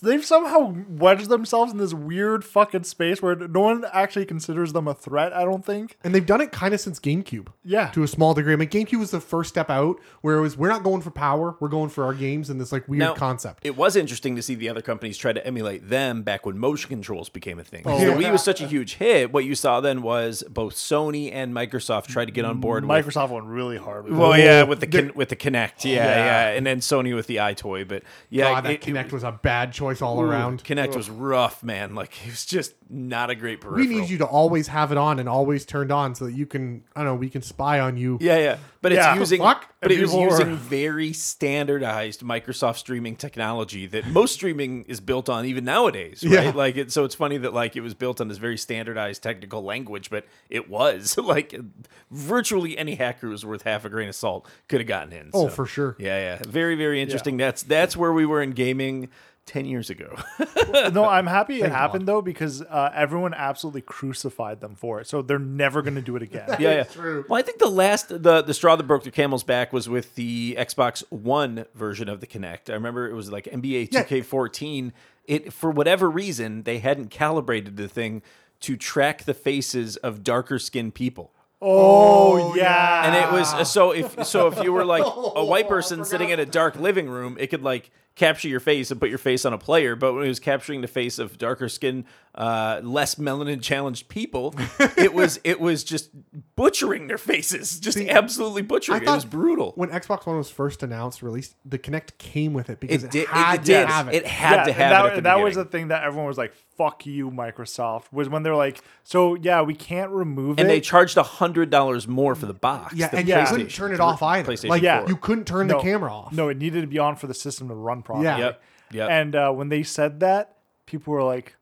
A: they've somehow wedged themselves in this weird fucking space where no one actually considers them a threat. I don't think.
C: And they've done it kind of since GameCube.
A: Yeah.
C: To a small degree. I mean, GameCube was the first step out where it was, we're not going for power, we're going for our games and this like weird
B: Now,
C: concept.
B: It was interesting to see the other companies try to emulate them back when motion controls became a
A: Oh,
B: thing.
C: yeah.
B: The Wii was such a huge hit. What you saw then was both Sony and Microsoft tried to get on board with
A: Microsoft went really hard. With
B: Well,
A: that.
C: Oh,
B: yeah, with the kin- with the Kinect, yeah, yeah,
A: Yeah.
B: and then Sony with the iToy, but yeah,
C: God, that
B: it-
C: Connect was a bad choice all around.
B: Kinect was rough, man. Like it was just not a great
C: We
B: peripheral.
C: need you to always have it on and always turned on so that you can, I don't know, we can spy on you.
B: Yeah, yeah, but it's
A: Yeah.
B: using,
C: Fuck.
B: but it was
A: People were-
B: using very standardized Microsoft streaming technology that most streaming is built on, even nowadays, right?
C: Yeah.
B: Like, it, so it's funny that like it was built on this very standardized technical language, but it was like virtually any hacker who's worth half a grain of salt could have gotten in.
C: Oh,
B: so.
C: for sure.
B: Yeah, yeah. Very, very interesting. That's that's where we were in gaming ten years ago.
A: no, I'm happy it happened though because uh, everyone absolutely crucified them for it. So they're never going to do it again.
B: yeah, yeah.
C: It's true.
B: Well, I think the last the the straw that broke the camel's back was with the Xbox One version of the Kinect. I remember it was like NBA 2K14. It for whatever reason they hadn't calibrated the thing to track the faces of darker skinned people.
A: Oh yeah.
B: and it
C: Ah.
B: was so if so if you were like a
C: Oh,
B: white person sitting in a dark living room, it could like capture your face and put your face on a player. But when it was capturing the face of darker skin, uh, less melanin challenged people, it was it was just butchering their faces, just absolutely butchering. it was brutal.
C: When Xbox One was first announced, released, the Connect came with it because
B: It
C: it,
B: did.
C: had
B: It did.
C: to have it.
B: It had to
A: and
B: have
A: that,
B: it. At the
A: that was the
B: beginning.
A: thing that everyone was like, "Fuck you, Microsoft." Was when they're like, "So yeah, we can't remove
B: and
A: it."
B: they charged hundred dollars more for the box.
C: yeah,
B: the
C: and
A: yeah.
C: you couldn't
B: PlayStation
C: turn it off either.
B: PlayStation
C: like,
A: Yeah.
C: you couldn't turn
A: no,
C: the camera off.
A: No, it needed to be on for the system to run properly.
C: Yeah.
B: Yep, yep.
A: And uh, when they said that, people were like,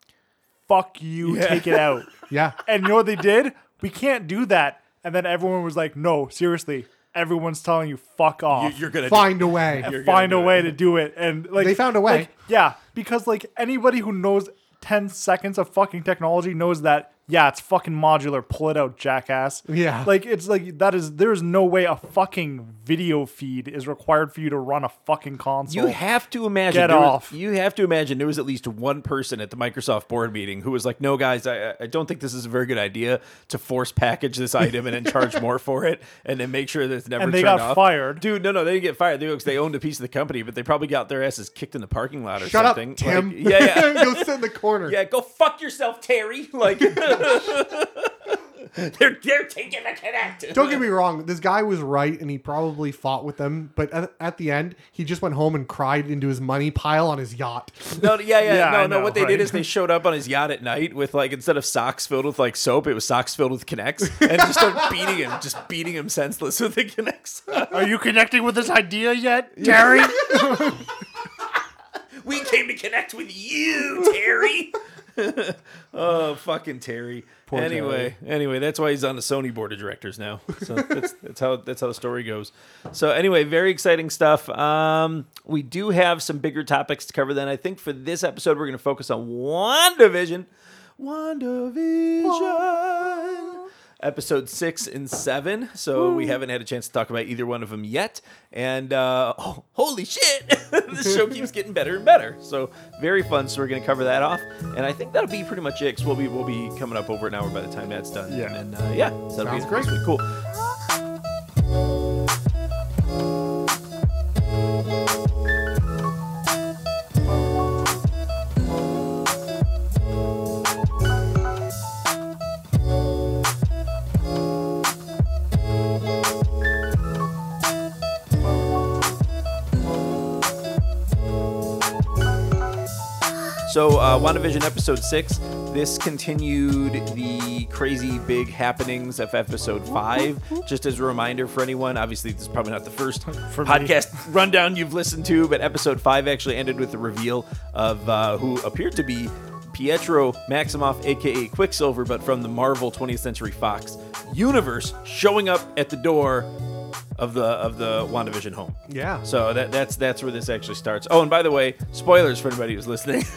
A: "Fuck you, take it out."
C: Yeah.
A: and you know what they did? We can't do that. And then everyone was like, "No, seriously." Everyone's telling you, "Fuck off."
B: You- You're gonna
C: Find a way.
A: and
B: gonna
A: find a
B: do it.
A: way to do it. And like
C: They found a way.
A: like, yeah, because like anybody who knows ten seconds of fucking technology knows that. Yeah, it's fucking modular. Pull it out, jackass.
C: Yeah.
A: like it's like that is. There is no way a fucking video feed is required for you to run a fucking console.
B: You have to imagine.
A: Get
B: there was-
A: off.
B: you have to imagine there was at least one person at the Microsoft board meeting who was like, "No, guys, I, I don't think this is a very good idea to force package this item and then charge more for it, and then make sure that it's never."
A: And they
B: turned
A: got
B: off."
A: fired.
B: dude. No, no, they didn't get fired. They because they owned a piece of the company, but they probably got their asses kicked in the parking lot or
C: Shut up,
B: something.
C: Tim.
B: Like, yeah, yeah.
C: Go sit in the corner.
B: Yeah, go fuck yourself, Terry. Like, they're they're taking the connect.
C: Don't get me wrong. This guy was right, and he probably fought with them. But at, at the end, he just went home and cried into his money pile on his yacht.
B: No, yeah, yeah,
A: Yeah,
B: no,
A: I
B: no.
A: know,
B: What they
A: right?
B: did is they showed up on his yacht at night with like instead of socks filled with like soap, it was socks filled with connects, and just started beating him, just beating him senseless with the connects.
A: Are you connecting with this idea yet, Terry?
B: we came to connect with you, Terry. oh, fucking Terry. anyway, anyway, that's why he's on the Sony board of directors now. So that's, that's how that's how the story goes. So anyway, very exciting stuff. Um, we do have some bigger topics to cover. Then I think for this episode, we're going to focus on WandaVision. WandaVision. Episode six and seven. So we haven't had a chance to talk about either one of them yet. And uh, oh, holy shit, this show keeps getting better and better. So very fun. So we're going to cover that off. And I think that'll be pretty much it. 'cause we'll be we'll be coming up over an hour by the time that's done.
A: Yeah.
B: And uh, yeah, so that'll
C: Sounds
B: be
C: great.
B: Cool. So, uh, WandaVision episode six. This continued the crazy big happenings of episode five. Just as a reminder for anyone, obviously, this is probably not the first
A: For me.
B: podcast rundown you've listened to, but episode five actually ended with the reveal of uh, who appeared to be Pietro Maximoff, aka Quicksilver, but from the Marvel 20th Century Fox universe, showing up at the door of the of the WandaVision home.
C: Yeah.
B: So that that's that's where this actually starts. Oh, and by the way, spoilers for anybody who's listening.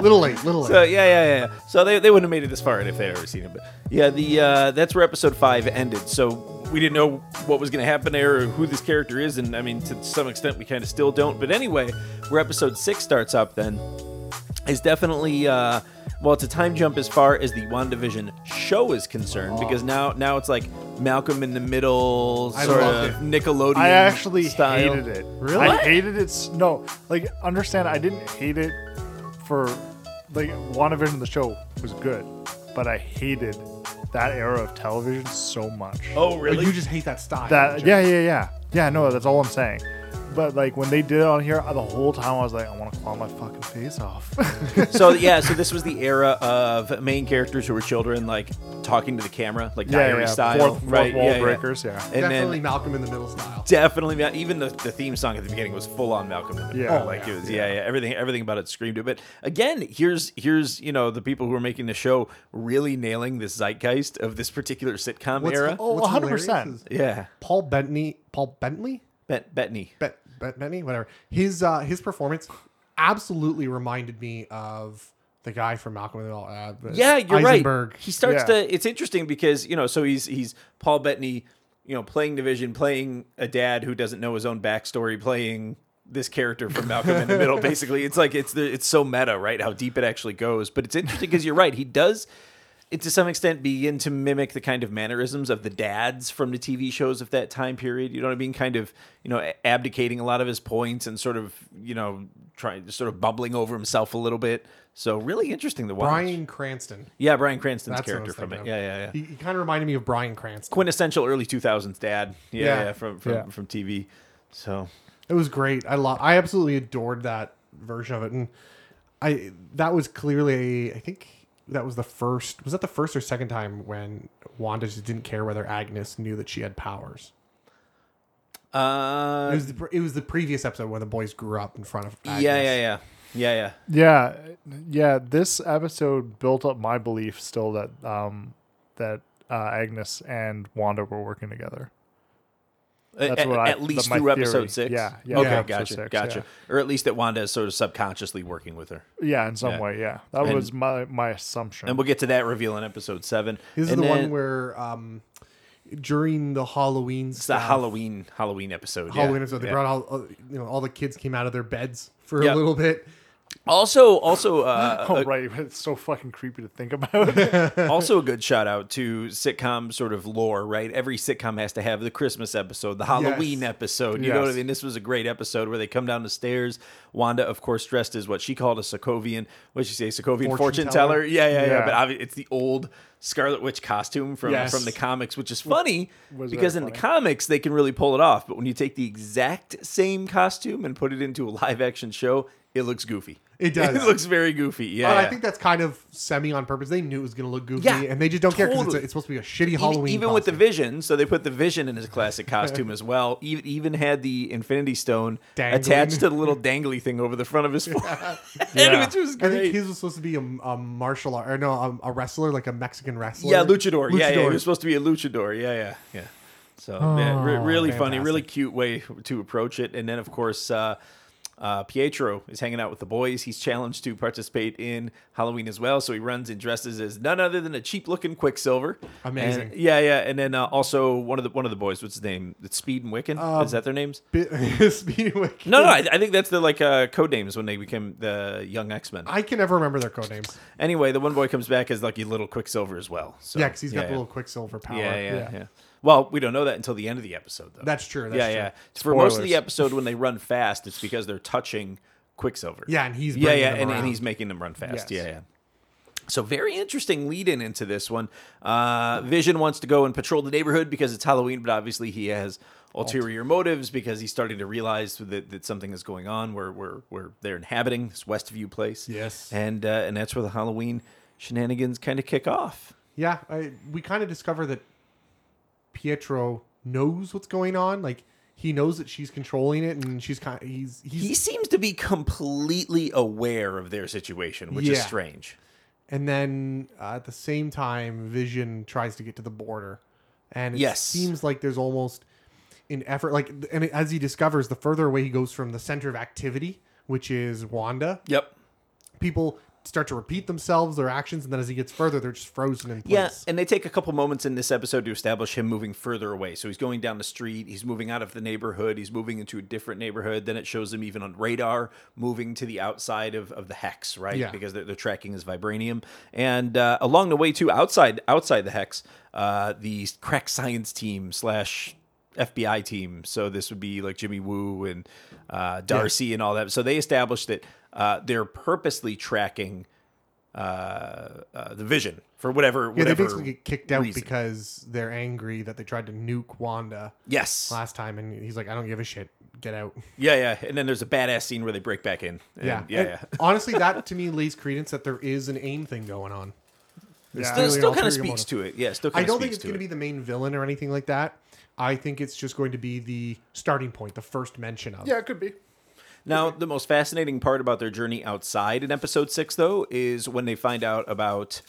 C: Little late, little late.
B: So Uh, yeah, yeah, yeah, yeah. So they, they wouldn't have made it this far in if they would ever seen it. But yeah, the uh, that's where episode five ended. So we didn't know what was going to happen there or who this character is, and I mean to some extent we kind of still don't. But anyway, where episode six starts up then is definitely uh, well, it's a time jump as far as the WandaVision show is concerned because now now it's like Malcolm in the Middle
C: I
B: sort
C: loved
B: of Nickelodeon.
A: I actually
B: style.
A: hated it.
C: Really?
A: I hated it. s- No, like understand. I didn't hate it for like WandaVision. The show was good, but I hated that era of television so much.
B: Oh
C: Like,
B: really?
C: you just hate that style.
A: That
C: Jack.
A: yeah yeah yeah yeah. No, that's all I'm saying. But like when they did it on here, the whole time I was like, I want to claw my fucking face off.
B: so yeah, so this was the era of main characters who were children, like talking to the camera, like
A: yeah,
B: diary
A: yeah,
B: style,
A: fourth, fourth
B: right?
A: wall
B: yeah, yeah.
A: breakers. Yeah,
B: And
C: Definitely
B: then
C: Malcolm in the Middle style.
B: definitely, Ma- even the, the theme song at the beginning was full on Malcolm. in the
A: Yeah.
B: Middle,
A: Oh,
B: like
C: yeah.
B: it was, yeah, yeah, everything, everything about it screamed it. But again, here's here's you know the people who are making the show really nailing this zeitgeist of this particular sitcom
C: What's-
B: era.
A: Oh,
C: what's
A: 100%.
C: hilarious is
B: Yeah,
C: Paul Bentley. Paul Bentley.
B: Bet Bettany.
C: Bet, Bet Bentley. Whatever. His uh, his performance absolutely reminded me of the guy from Malcolm in the Middle. Uh,
B: Yeah, you're
C: Eisenberg.
B: right. He starts
A: Yeah.
B: to. It's interesting because you know, so he's he's Paul Bettany, you know, playing Division, playing a dad who doesn't know his own backstory, playing this character from Malcolm in the Middle. Basically, it's like it's the, it's so meta, right? How deep it actually goes. But it's interesting because you're right. He does. It to some extent begin to mimic the kind of mannerisms of the dads from the TV shows of that time period. You know what I mean? Kind of, you know, abdicating a lot of his points and sort of, you know, trying sort of bubbling over himself a little bit. So really interesting to watch.
C: Brian Cranston.
B: Yeah, Brian Cranston's
C: That's what I
B: character
C: was
B: from it.
C: thinking
B: Yeah,
C: of.
B: yeah, yeah.
C: He, he kind of reminded me of Brian Cranston.
B: Quintessential early 2000s dad. Yeah, yeah,
C: Yeah.
B: from from,
A: Yeah.
B: from TV. So
C: It was great. I love. I absolutely adored that version of it, and I that was clearly. I think that was the first. Was that the first or second time when Wanda just didn't care whether Agnes knew that she had powers? It
B: uh,
C: was the, pre- it was the previous episode where the boys grew up in front of.
B: yeah,
C: Agnes.
B: yeah, yeah, yeah, yeah.
A: yeah, yeah. This episode built up my belief still that um that uh, Agnes and Wanda were working together.
B: That's
A: That's
B: at,
A: what I-
B: at least
A: that- my
B: through episode
A: theory.
B: six.
A: Yeah, yeah,
B: okay,
A: yeah, episode
B: gotcha,
A: six,
B: gotcha. Or at least that Wanda is sort of subconsciously working with her.
A: Yeah, in some
B: Yeah.
A: way. Yeah, that
B: And-
A: was my my assumption.
B: And we'll get to that reveal in episode seven.
C: This is
B: And
C: the
B: then
C: one where um, during the Halloween
B: it's the
C: stuff,
B: Halloween Halloween episode. yeah,
C: Halloween episode, they
B: yeah.
C: brought all all- you know all the kids came out of their beds for
B: Yeah.
C: a little bit.
B: Also, also, uh,
A: oh right, it's so fucking creepy to think about.
B: also a good shout out to sitcom sort of lore, right? Every sitcom has to have the Christmas episode, the Halloween
C: Yes.
B: episode. You know what I
A: Yes.
B: mean? This was a great episode where they come down the stairs. Wanda, of course, dressed as what she called a Sokovian, what did she say, Sokovian fortune,
C: Fortune
B: teller.
C: teller?
B: Yeah, yeah, yeah.
A: Yeah.
B: But obvi- it's the old Scarlet Witch costume from
C: Yes.
B: from the comics, which is funny
A: was
B: because in
A: very
B: the
A: funny.
B: comics they can really pull it off, but when you take the exact same costume and put it into a live action show, it looks goofy.
C: It does.
B: It looks very goofy. Yeah.
C: But I think that's kind of semi on purpose. They knew it was going to look goofy,
B: Yeah,
C: and they just don't care because it's,
B: totally.
C: it's supposed to be a shitty
B: Even-
C: Halloween.
B: Even with the
C: costume.
B: Vision, so they put the Vision in his classic costume as well. Even even had the Infinity Stone
C: Dangling.
B: attached to the little dangly thing over the front of his forehead,
A: Yeah.
B: which was
C: I think
B: great.
C: his was supposed to be a, a martial art, or no, a, a wrestler, like a Mexican wrestler.
B: Yeah, luchador. Yeah, yeah, he
C: Luchador.
B: was supposed to be a luchador. Yeah, yeah, yeah. So yeah,
C: Oh,
B: re- really funny, really cute way to approach it. And then of course, uh, uh, Pietro is hanging out with the boys. He's challenged to participate in Halloween as well. So he runs and dresses as none other than a cheap-looking Quicksilver.
C: Amazing.
B: And- yeah, yeah. And then uh, also one of the one of the boys. What's his name? It's Speed and Wiccan.
C: Um,
B: is that their names?
C: Bi- Speedwick.
B: No, no. I, I think that's the like uh, code names when they became the Young X Men.
C: I can never remember their code names.
B: Anyway, the one boy comes back as like a little Quicksilver as well. So,
C: Yeah, because he's got
B: yeah.
C: the little Quicksilver power.
B: Yeah, yeah, yeah, Well, we don't know that until the end of the episode, though.
C: That's true. That's
B: yeah,
C: true.
B: yeah. For most of
A: Spoilers.
B: the episode, when they run fast, it's because they're touching Quicksilver.
C: Yeah, and he's
B: yeah,
C: bringing
B: yeah,
C: them
B: and, and
C: around.
B: he's making them run fast.
C: Yes.
B: Yeah, yeah. So very interesting lead-in into this one. Uh, Vision wants to go and patrol the neighborhood because it's Halloween, but obviously he has ulterior motives because he's starting to realize that, that something is going on where where where they're inhabiting this Westview place.
C: Yes.
B: and uh, and that's where the Halloween shenanigans kind of kick off.
C: Yeah, I, we kind of discover that Pietro knows what's going on. Like he knows that she's controlling it, and she's kind. He's he's
B: he seems to be completely aware of their situation, which is
C: Yeah.
B: strange.
C: and then uh, at the same time, Vision tries to get to the border, and it
B: Yes.
C: seems like there's almost an effort. Like and as he discovers, the further away he goes from the center of activity, which is Wanda,
B: Yep.
C: people start to repeat themselves, their actions, and then as he gets further, they're just frozen in place.
B: Yeah, and they take a couple moments in this episode to establish him moving further away. So he's going down the street, he's moving out of the neighborhood, he's moving into a different neighborhood. Then it shows him even on radar moving to the outside of, of the hex, right?
C: Yeah.
B: Because they're, they're tracking his vibranium. And uh, along the way, too, outside outside the hex, uh, the crack science team slash FBI team. So this would be like Jimmy Woo and uh, Darcy and all that. So they established that uh, they're purposely tracking uh, uh, the vision for whatever.
C: Yeah, they
B: whatever
C: basically get kicked out
B: reason.
C: because they're angry that they tried to nuke Wanda
B: Yes.
C: last time, and he's like, "I don't give a shit, get out."
B: Yeah, yeah. And then there's a badass scene where they break back in. And
C: yeah,
B: yeah,
C: And
B: yeah.
C: honestly, that to me leays credence that there is an aim thing going on.
A: Yeah.
B: Still,
C: really
B: still kind
C: ulterior
B: of speaks
C: motive.
B: to it. Yeah, still.
C: I
B: Kinda
C: don't think
B: speaks
C: it's going
B: it.
C: to be the main villain or anything like that. I think it's just going to be the starting point, the first mention of.
A: Yeah, it could be.
B: Now, the most fascinating part about their journey outside in episode six, though, is when they find out about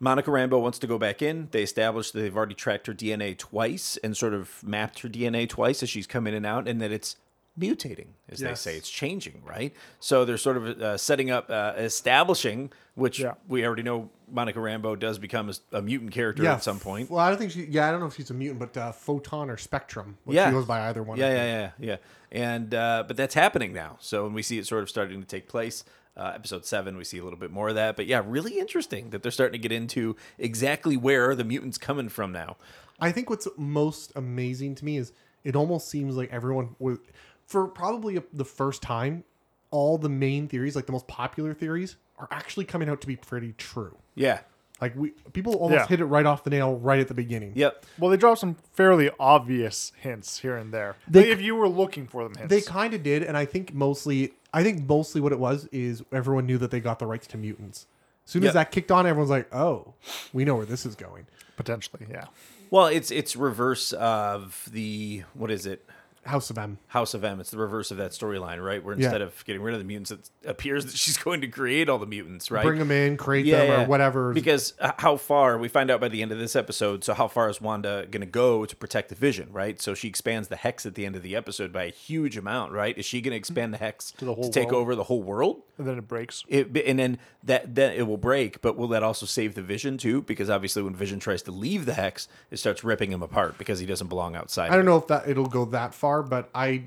B: Monica Rambo wants to go back in. They establish that they've already tracked her DNA twice and sort of mapped her DNA twice as she's come in and out, and that it's mutating, as
C: Yes.
B: they say. It's changing, right? So they're sort of uh, setting up, uh, establishing, which
A: Yeah.
B: we already know Monica Rambo does become a, a mutant character
C: Yeah,
B: at some point.
C: Well, I don't think she. Yeah, I don't know if she's a mutant, but uh, photon or spectrum. which
B: Yeah.
C: she goes by either one.
B: Yeah, yeah, yeah, yeah. And uh, but that's happening now. So and we see it sort of starting to take place. Uh, episode seven, we see a little bit more of that. But yeah, really interesting that they're starting to get into exactly where the mutants coming from now.
C: I think what's most amazing to me is it almost seems like everyone was, for probably the first time, all the main theories, like the most popular theories, are actually coming out to be pretty true.
B: Yeah.
C: Like we people almost
A: Yeah.
C: hit it right off the nail right at the beginning.
B: Yep.
A: Well, they dropped some fairly obvious hints here and there. Like, if you were looking for them, hints.
C: They kind of did, and I think mostly, I think mostly what it was is everyone knew that they got the rights to mutants. As soon
B: Yep.
C: as that kicked on, everyone's like, "Oh, we know where this is going."
A: potentially, yeah.
B: Well, it's it's reverse of the what is it?
C: House of M.
B: House of M. It's the reverse of that storyline, right? Where
C: Yeah.
B: instead of getting rid of the mutants, it appears that she's going to create all the mutants, right?
C: Bring them in, create them, or whatever.
B: Because uh, how far we find out by the end of this episode. So how far is Wanda going to go to protect the Vision? Right. So she expands the hex at the end of the episode by a huge amount. Right. Is she going to expand the hex to,
A: the whole
B: take
A: world?
B: over the whole world?
A: And then it breaks.
B: It, and then that then it will break. But will that also save the Vision too? Because obviously, when Vision tries to leave the hex, it starts ripping him apart because he doesn't belong outside.
C: I don't know if that it'll go that far, but I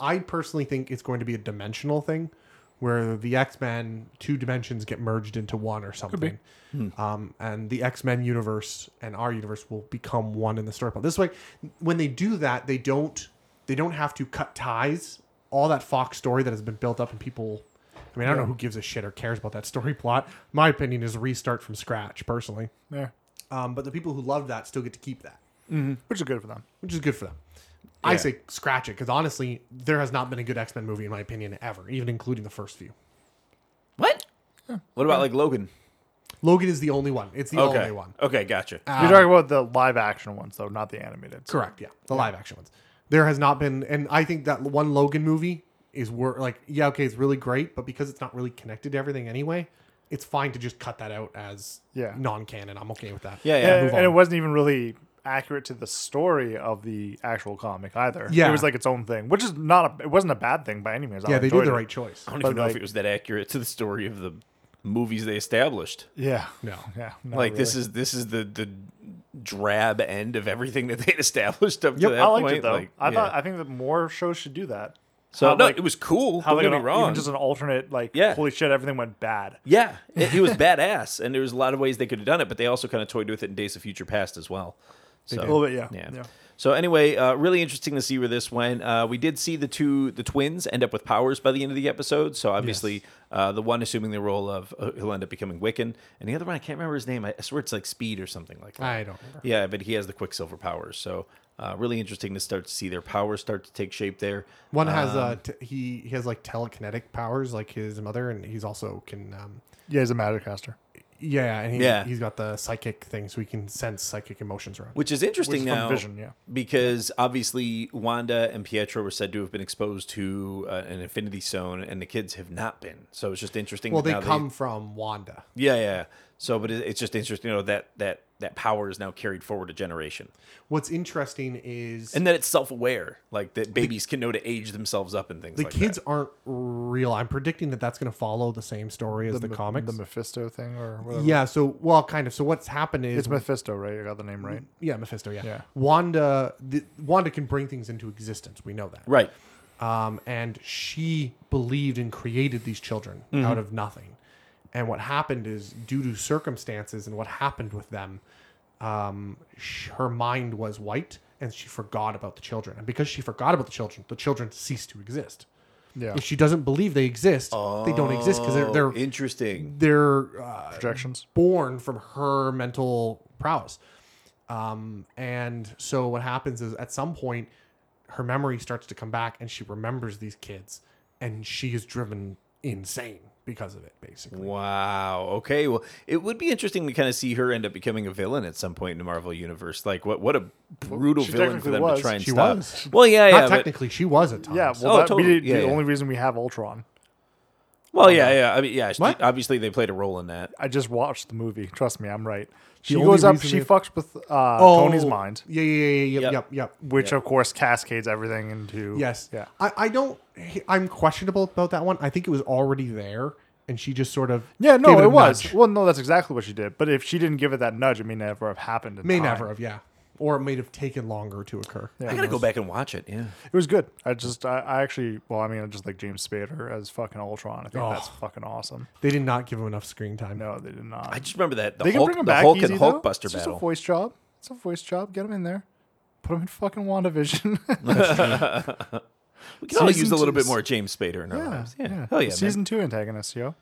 C: I personally think it's going to be a dimensional thing where the X-Men two dimensions get merged into one or something. Um, and the X-Men universe and our universe will become one in the story. This way when they do that, they don't they don't have to cut ties. All that Fox story that has been built up and people I mean, I don't know who gives a shit or cares about that story plot. My opinion is restart from scratch, personally.
A: There.
C: Um, but the people who loved that still get to keep that,
A: which is good for them.
C: which is good for them. I
B: Yeah.
C: say scratch it because honestly, there has not been a good X Men movie in my opinion ever, even including the first few.
B: What? What about like Logan?
C: Logan is the only one. It's the
B: Okay.
C: only one.
B: Okay, gotcha.
A: You're talking about the live action ones, though, not the animated.
C: Correct. Yeah, the live action ones. There has not been, and I think that one Logan movie is worth like yeah okay it's really great, but because it's not really connected to everything anyway, it's fine to just cut that out as
A: Yeah.
C: non canon. I'm okay with that.
B: Yeah, yeah.
A: And,
C: move
A: and it
C: on.
A: wasn't even really accurate to the story of the actual comic either.
C: Yeah.
A: It was like its own thing, which is not a, it wasn't a bad thing by any means. I
C: yeah, they did
A: enjoyed
C: the
A: it.
C: right choice.
B: I don't
A: But,
B: even know if
A: like-
B: it was that accurate to the story of the movies they established.
A: Yeah.
C: No.
A: Yeah.
B: like this is this is the the drab end of everything that they'd established up to
A: Yep,
B: that
A: I liked
B: point.
A: it though.
B: Like,
A: I
B: yeah.
A: thought I think that more shows should do that.
B: so.
A: how,
B: no,
A: like-
B: it was cool.
A: How
B: don't
A: like
B: get
A: an,
B: me wrong.
A: even just an alternate like
B: Yeah.
A: holy shit everything went bad.
B: Yeah, it, it was badass, and there was a lot of ways they could have done it, but they also kind of toyed with it in Days of Future Past as well. So,
A: did. A little bit, yeah.
B: yeah.
A: Yeah.
B: So anyway, uh, really interesting to see where this went. Uh, we did see the two the twins end up with powers by the end of the episode. So obviously, uh, the one assuming the role of uh, he'll end up becoming Wiccan, and the other one I can't remember his name. I swear it's like Speed or something like that.
C: I don't remember.
B: Yeah, but he has the Quicksilver powers. So uh, really interesting to start to see their powers start to take shape there.
C: One has
A: Um,
C: uh t- he he has like telekinetic powers like his mother, and he's also can um
A: Yeah, he's a Madcaster.
C: yeah, and he,
B: Yeah.
C: he's got the psychic thing, so he can sense psychic emotions around.
B: Which is
A: Which
B: interesting
A: is from
B: now,
A: Vision, yeah.
B: because obviously Wanda and Pietro were said to have been exposed to uh, an Infinity Stone, and the kids have not been. So it's just interesting.
C: well,
B: that now
C: they come from Wanda.
B: yeah, yeah. So, but it, it's just interesting, you know, that that that power is now carried forward a generation,
C: What's interesting is
B: and that it's self-aware, like that babies can know to age themselves up and things.
C: the
B: like that.
C: kids aren't real. I'm predicting that that's going to follow the same story as the,
A: M-
C: comics.
A: The Mephisto thing or whatever.
C: yeah. So, well, kind of. So what's happened is,
A: It's Mephisto, right? I got the name right.
C: yeah, Mephisto. Yeah.
A: Yeah.
C: Wanda. The, Wanda can bring things into existence. We know that.
B: right?
C: Um, and she believed and created these children out of nothing. And what happened is, due to circumstances and what happened with them, um, sh- her mind was wiped, and she forgot about the children. And because she forgot about the children, the children ceased to exist.
A: Yeah.
C: If she doesn't believe they exist, they don't exist because they're
B: Oh,
C: they're
B: interesting.
C: they're uh,
A: Projections.
C: born from her mental prowess. Um, and so what happens is at some point her memory starts to come back and she remembers these kids and she is driven insane because of it basically.
B: Wow. Okay. Well, it would be interesting to kind of see her end up becoming a villain at some point in the Marvel universe. Like, what? What a brutal
A: she
B: villain for
A: technically
B: them
A: was.
B: to try and
C: She
B: stop.
C: was.
B: Well, yeah, yeah.
C: Not
B: but-
C: technically she was at times.
A: Yeah, well,
B: Oh,
A: that,
B: totally.
A: we did,
B: Yeah,
A: the
B: yeah.
A: only reason we have Ultron.
B: well, yeah, yeah. I mean, yeah. she-
C: What?
B: Obviously, they played a role in that.
A: I just watched the movie. Trust me, I'm right. She
C: only
A: goes up,
C: reason
A: she
C: we-
A: fucks with uh,
B: Oh.
A: Tony's mind,
C: Yeah, yeah, yeah, yeah,
B: Yep.
C: yep, yep, yep.
A: which of course cascades everything into.
C: Yes.
A: Yeah.
C: I, I don't I'm questionable about that one. I think it was already there and she just sort of
A: Yeah,
C: gave
A: no,
C: a
A: it, was.
C: nudge.
A: Well, no, that's exactly what she did. But if she didn't give it that nudge, it may never have happened. In
C: May
A: time.
C: never have, yeah. Or it may have taken longer to occur.
B: I gotta go back and watch it. Yeah.
A: It was good. I just, I, I actually, well, I mean, I just like James Spader as fucking Ultron. I think
C: Oh.
A: that's fucking awesome.
C: They did not give him enough screen time.
A: No, they did not.
B: I just remember that the
A: they can
B: Hulk,
A: bring him
B: the
A: back.
B: Hulk
A: easy,
B: and
A: though.
B: Hulkbuster
A: it's just
B: battle.
A: a voice job. It's a voice job. Get him in there. Put him in fucking WandaVision.
B: we can all
A: season
B: use a little
A: two-
B: bit more James Spader in our lives. Yeah. Hell yeah. man.
A: Season two antagonist, yo.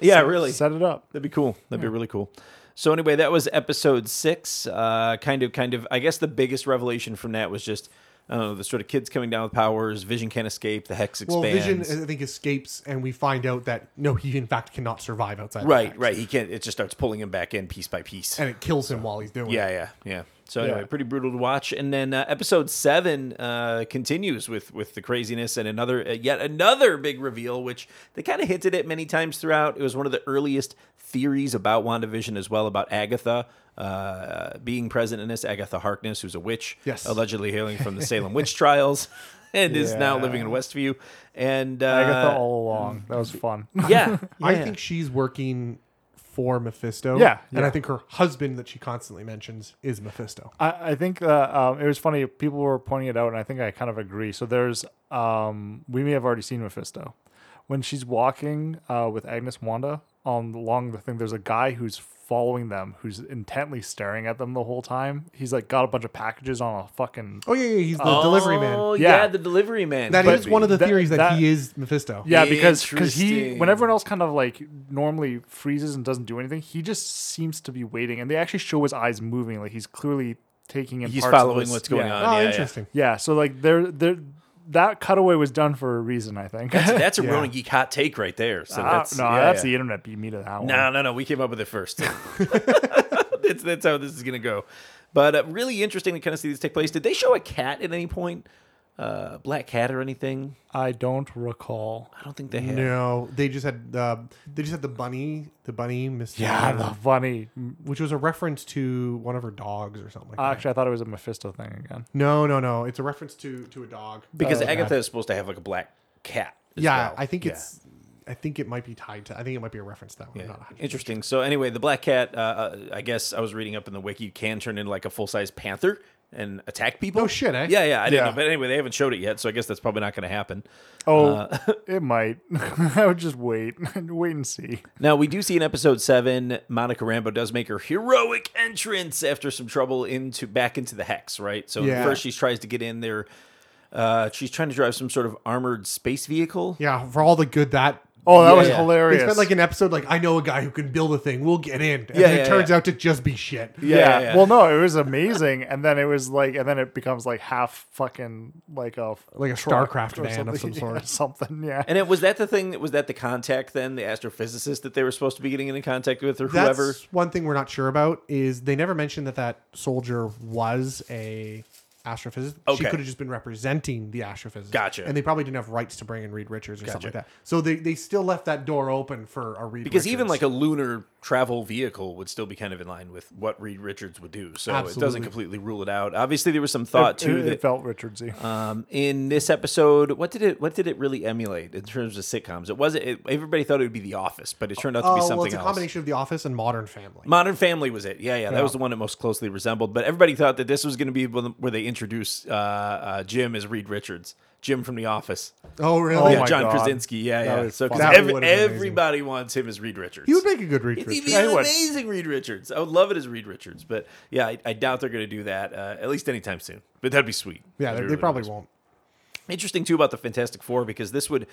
B: yeah. Really.
A: Set it up.
B: That'd be cool. That'd be really cool. So anyway, that was episode six. Uh, kind of, kind of. I guess the biggest revelation from that was just I don't know the sort of kids coming down with powers. Vision can't escape. The hex
C: Well,
B: expands.
C: Vision, I think, escapes, and we find out that no, he in fact cannot survive outside. the
B: right,
C: Hex.
B: right. He can't. It just starts pulling him back in piece by piece.
C: and it kills him while he's doing.
B: Yeah,
C: it.
B: yeah, yeah. So
A: Yeah.
B: anyway, pretty brutal to watch. And then uh, episode seven uh, continues with with the craziness and another uh, yet another big reveal, which they kind of hinted at many times throughout. It was one of the earliest theories about WandaVision as well about Agatha uh, being present in this. Agatha Harkness, who's a witch,
C: Yes.
B: allegedly hailing from the Salem witch trials. And is now
A: Yeah.
B: living in Westview, and uh,
A: Agatha all along. That was fun.
B: yeah,
C: I
B: yeah.
C: think she's working for Mephisto.
A: Yeah,
C: and
A: yeah.
C: I think her husband that she constantly mentions is Mephisto.
A: I, I think uh, um, it was funny. People were pointing it out, and I think I kind of agree. So there's, um, we may have already seen Mephisto when she's walking uh, with Agnes Wanda on along the thing. There's a guy who's following them who's intently staring at them the whole time. He's like got a bunch of packages on a fucking
C: Oh yeah, yeah, he's the delivery man.
B: Oh, yeah.
A: Yeah.
B: the delivery man.
C: That is
B: But-
C: one of the
A: that-
C: theories that,
A: that-
C: he is Mephisto.
A: Yeah, because because he
B: Interesting.
A: when everyone else kind of like normally freezes and doesn't do anything, he just seems to be waiting, and they actually show his eyes moving, like he's clearly taking in.
B: He's
A: parts of
B: following
A: this-
B: what's going
A: yeah.
B: on.
C: Oh,
B: yeah, yeah.
C: interesting.
A: Yeah, so like there there that cutaway was done for a reason, I think.
B: That's, that's a
C: Yeah.
B: Ronin geek hot take right there. So
A: Ah,
B: that's
A: no,
B: yeah,
A: that's
B: yeah.
A: the internet beat me to that one.
B: No, no, no. We came up with it first. that's, that's how this is going to go. But uh, really interesting to kind of see these take place. Did they show a cat at any point? Uh, black cat or anything?
A: I don't recall.
B: I don't think they had.
C: No, they just had uh, they just had the bunny, the bunny Miss
A: Yeah, the funny.
C: which was a reference to one of her dogs or something. Like that.
A: Actually, I thought it was a Mephisto thing again.
C: No, no, no. It's a reference to to a dog.
B: Because
C: Uh,
B: Agatha is supposed to have like a black cat. as
C: Yeah,
B: well.
C: I think
B: Yeah.
C: it's. I think it might be tied to. I think it might be a reference to that one.
B: Yeah.
C: I'm not 100%.
B: Interesting. So anyway, the black cat, uh, uh, I guess I was reading up in the wiki, can turn into like a full size panther and attack people.
C: Oh, shit, eh?
B: Yeah, yeah. I didn't
A: Yeah.
B: know, but anyway, they haven't showed it yet, so I guess that's probably not going to happen.
A: Oh, it might. I would just wait, wait and see.
B: Now we do see in episode seven, Monica Rambo does make her heroic entrance after some trouble into back into the hex, right? So
C: Yeah.
B: first she tries to get in there. Uh, she's trying to drive some sort of armored space vehicle.
C: Yeah, for all the good that.
A: Oh, that was
B: Yeah.
C: They
A: hilarious.
C: spent like an episode like I know a guy who can build a thing. We'll get in, and
B: Yeah,
C: it
B: yeah,
C: turns
B: yeah.
C: out to just be shit.
A: yeah.
B: Yeah, yeah.
A: Well, no, it was amazing, and then it was like, and then it becomes like half fucking like a
C: Like a
A: truck
C: StarCraft
A: or
C: van of
A: something.
C: some
A: Yeah,
C: sort.
A: something. Yeah.
B: And it was that the thing was that the contact then the astrophysicist that they were supposed to be getting into contact with or
C: That's
B: whoever.
C: one thing we're not sure about is they never mentioned that that soldier was a astrophysicist. She
B: Okay.
C: could have just been representing the astrophysicist.
B: Gotcha.
C: And they probably didn't have rights to bring in Reed Richards or something
B: Gotcha.
C: like that. So they, they still left that door open for a Reed
B: Because
C: Richards.
B: even like a lunar travel vehicle would still be kind of in line with what Reed Richards would do. So it doesn't
C: Absolutely.
B: completely rule it out. Obviously, there was some thought too
A: it,
B: uh, that
A: it felt Richardsy.
B: um, in this episode, what did it what did it really emulate in terms of sitcoms? It wasn't. It, everybody thought it would be The Office, but it turned out to
C: Oh,
B: be
C: well,
B: something
C: it's a
B: else.
C: combination of The Office and Modern Family.
B: Modern Family was it? Yeah, yeah, that was the one that most closely resembled. But everybody thought that this was going to be one where they introduce uh, uh, Jim as Reed Richards, Jim from The Office.
C: oh,
A: Oh
C: really?
B: yeah,
A: my
B: John
A: God.
B: Krasinski. Yeah,
A: That
B: yeah.
A: was
B: So 'cause
A: fun.
C: That
B: ev-
C: would've been amazing.
B: everybody wants him as Reed Richards.
C: He would make a good Reed
B: He'd
C: Richards.
B: be
A: I
B: an
A: would.
B: amazing Reed Richards. I would love it as Reed Richards, but yeah, I, I doubt they're going to do that uh, at least anytime soon. But that'd be sweet.
C: Yeah,
B: That'd
C: they,
B: be
C: they
B: really
C: probably
B: nice.
C: won't.
B: Interesting too about the Fantastic Four because this would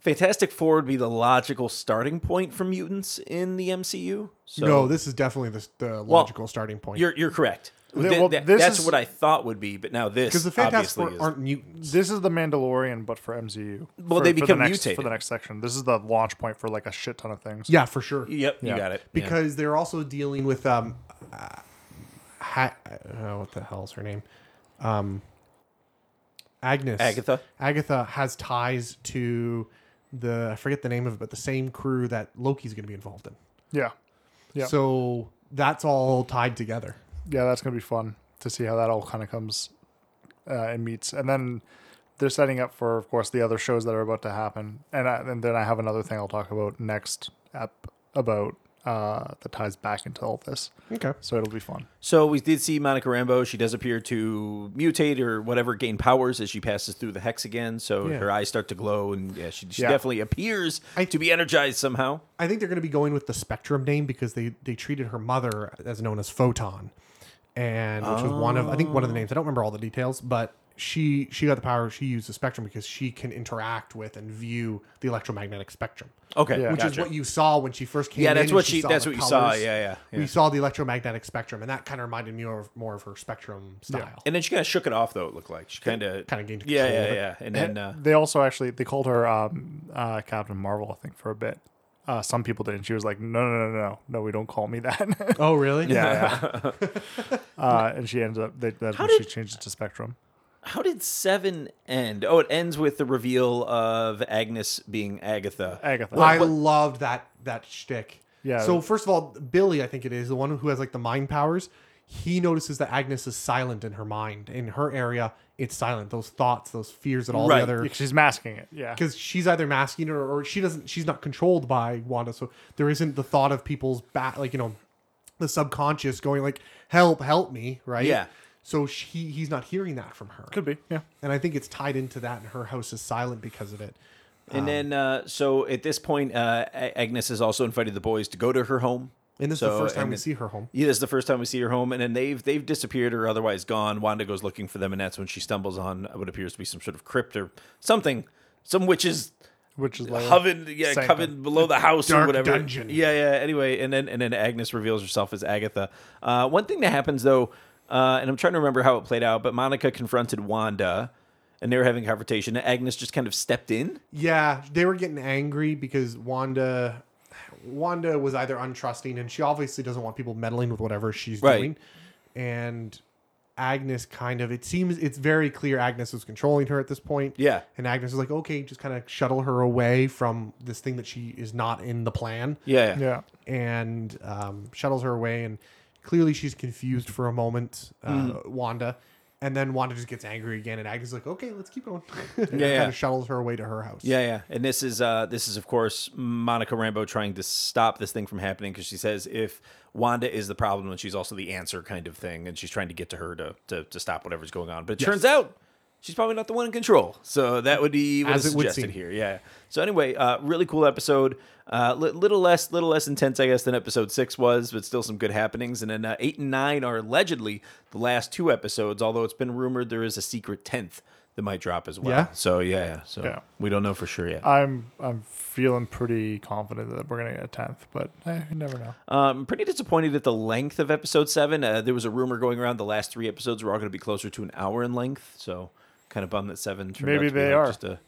B: Fantastic Four would be the logical starting point for mutants in the MCU. So
C: no, this is definitely the, the logical starting point.
B: you're you're correct.
A: Th-
B: Th-
A: well,
B: th-
A: this
B: that's
A: is-
B: what I thought would be, but now this
C: Because the Fantastic
B: obviously
C: Four
B: is.
C: aren't mutants.
A: This is the Mandalorian, but for MCU.
B: Well,
A: for,
B: they
A: for
B: become
A: the next, for
B: mutated.
A: the next section. This is the launch point for like a shit ton of things.
C: Yeah, for sure.
B: Yep, you
A: Yeah.
B: got it. Yeah.
C: because they're also dealing with um, uh, ha- uh, what the hell's her name? Um, Agnes.
B: Agatha.
C: Agatha has ties to the I forget the name of it, but the same crew that Loki's going to be involved in.
A: Yeah. Yeah.
C: So that's all tied together.
A: yeah, that's gonna be fun to see how that all kind of comes uh, and meets, and then they're setting up for, of course, the other shows that are about to happen, and I, and then I have another thing I'll talk about next app about uh, that ties back into all this,
C: Okay.
A: so it'll be fun.
B: So we did see Monica Rambo. She does appear to mutate or whatever, gain powers as she passes through the hex again. So
C: Yeah.
B: her eyes start to glow, and yeah, she, she
A: Yeah.
B: definitely appears
C: I-
B: to be energized somehow.
C: I think they're going to be going with the Spectrum name because they they treated her mother as known as Photon, and which was one of I think one of the names. I don't remember all the details, but she she got the power. She used the Spectrum because she can interact with and view the electromagnetic spectrum,
B: Okay,
A: Yeah.
C: which is
B: gotcha.
C: what you saw when she first came.
B: Yeah,
C: in
B: that's
C: and
B: what she.
C: saw
B: That's
C: the
B: what you saw.
C: colours.
B: Yeah, yeah. yeah.
C: We saw the electromagnetic spectrum, and that kind of reminded me of more of her spectrum style.
B: and then she kind of shook it off, though. It looked like she kind of
C: kinda gained
B: Yeah,
C: control
B: yeah,
C: of it.
B: yeah. And then uh,
A: they also actually they called her um, uh, Captain Marvel, I think, for a bit. Uh, some people did, and she was like, "No, no, no, no, no, we don't call me that."
C: Oh, really?
B: uh,
A: yeah, yeah. uh, and she ends up they, that's when she changes to Spectrum.
B: how did seven end? Oh, it ends with the reveal of Agnes being Agatha.
A: Agatha.
C: I loved that that shtick.
A: Yeah.
C: So first of all, Billy, I think it is the one who has like the mind powers. He notices that Agnes is silent in her mind, in her area. It's silent. Those thoughts, those fears, and all
B: Right.
C: the other
A: She's masking it. Yeah.
C: because she's either masking it or, or she doesn't. She's not controlled by Wanda, so there isn't the thought of people's back, like you know, the subconscious going like, "Help, help me!" Right?
B: Yeah.
C: So she, he's not hearing that from her,
A: Could be. Yeah.
C: and I think it's tied into that. And her house is silent because of it.
B: And then, uh, so at this point, uh, A- Agnes has also invited the boys to go to her home.
C: And this is
B: So,
C: the first time
B: and
C: we
B: it-
C: see her home.
B: Yeah, this is the first time we see her home, and then they've they've disappeared or otherwise gone. Wanda goes looking for them, and that's when she stumbles on what appears to be some sort of crypt or something, some witches
A: Which is like
B: coven, yeah,
A: Sanctum.
B: coven below the house or
C: Dark
B: whatever.
C: dungeon.
B: Yeah, yeah. Anyway, and then and then Agnes reveals herself as Agatha. Uh, one thing that happens though, uh, and I'm trying to remember how it played out, but Monica confronted Wanda, and they were having a confrontation. and Agnes just kind of stepped in.
C: Yeah, they were getting angry because Wanda Wanda was either untrusting and she obviously doesn't want people meddling with whatever she's
B: Right.
C: doing. And Agnes kind of it seems it's very clear Agnes was controlling her at this point.
B: Yeah.
C: And Agnes is like, okay, just kind of shuttle her away from this thing that she is not in the plan.
B: Yeah, yeah.
A: yeah.
C: and um, shuttles her away. And clearly, she's confused for a moment, uh,
B: Mm-hmm.
C: Wanda. And then Wanda just gets angry again, and Agnes is like, "Okay, let's keep going." yeah,
B: yeah.
C: kind of shuttles her away to her house.
B: Yeah, yeah. And this is uh this is of course Monica Rambo trying to stop this thing from happening because she says if Wanda is the problem then she's also the answer kind of thing and she's trying to get to her to to, to stop whatever's going on. But it turns out she's probably not the one in control. So that would be what
C: As
B: is
C: it would
B: suggested
C: seem.
B: here. Yeah. So anyway, uh really cool episode. Uh li- little less little less intense I guess than episode 6 was, but still some good happenings and then uh, 8 and 9 are allegedly the last two episodes, although it's been rumored there is a secret 10th that might drop as well.
C: Yeah.
B: So yeah, yeah. So
A: Yeah.
B: we don't know for sure yet.
A: I'm I'm feeling pretty confident that we're gonna get a tenth, but eh, you never know.
B: Um, pretty disappointed at the length of episode seven. Uh, there was a rumor going around the last three episodes were all going to be closer to an hour in length. So kind of bummed that seven. Turned
A: Maybe
B: out to be
A: they
B: like
A: are.
B: Just a,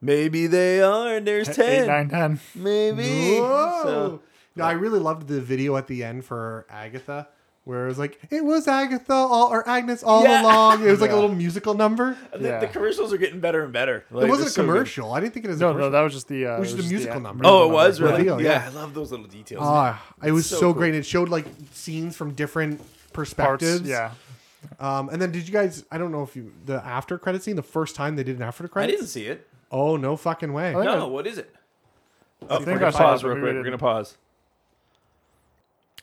B: maybe they are. And there's ten.
A: Eight, nine, ten.
B: Maybe.
C: Whoa!
B: So,
C: no, I really loved the video at the end for Agatha, where it was like, "It was Agatha all, or Agnes all
B: Yeah.
C: along." It was like a
A: Yeah.
C: little musical number.
B: the,
A: Yeah.
B: the commercials are getting better and better. Like,
C: it wasn't
B: they're
C: a
B: so good.
C: commercial. I didn't think it was a
A: No, no,
C: commercial.
A: that was just the uh,
C: Which is
A: it
C: the
A: was just
C: musical
A: uh,
C: number.
A: musical
B: Oh, it was
A: number.
B: really.
C: Reveal,
B: yeah.
C: yeah.
B: I love those little details.
C: Ah, it was
B: So
C: so,
B: cool.
C: great. It showed like scenes from different
A: Parts,
C: perspectives.
A: yeah.
C: Um, and then did you guys? I don't know if you the after credit scene the first time they did an after
B: I
C: credit.
B: didn't see it.
C: Oh no fucking way!
A: think
B: No,
A: I-
B: what is it? Oh,
A: think
B: we're
A: I
B: gonna
A: saw
B: pause
A: it, but
B: real
A: we
B: quick. We're
A: didn't.
B: gonna pause.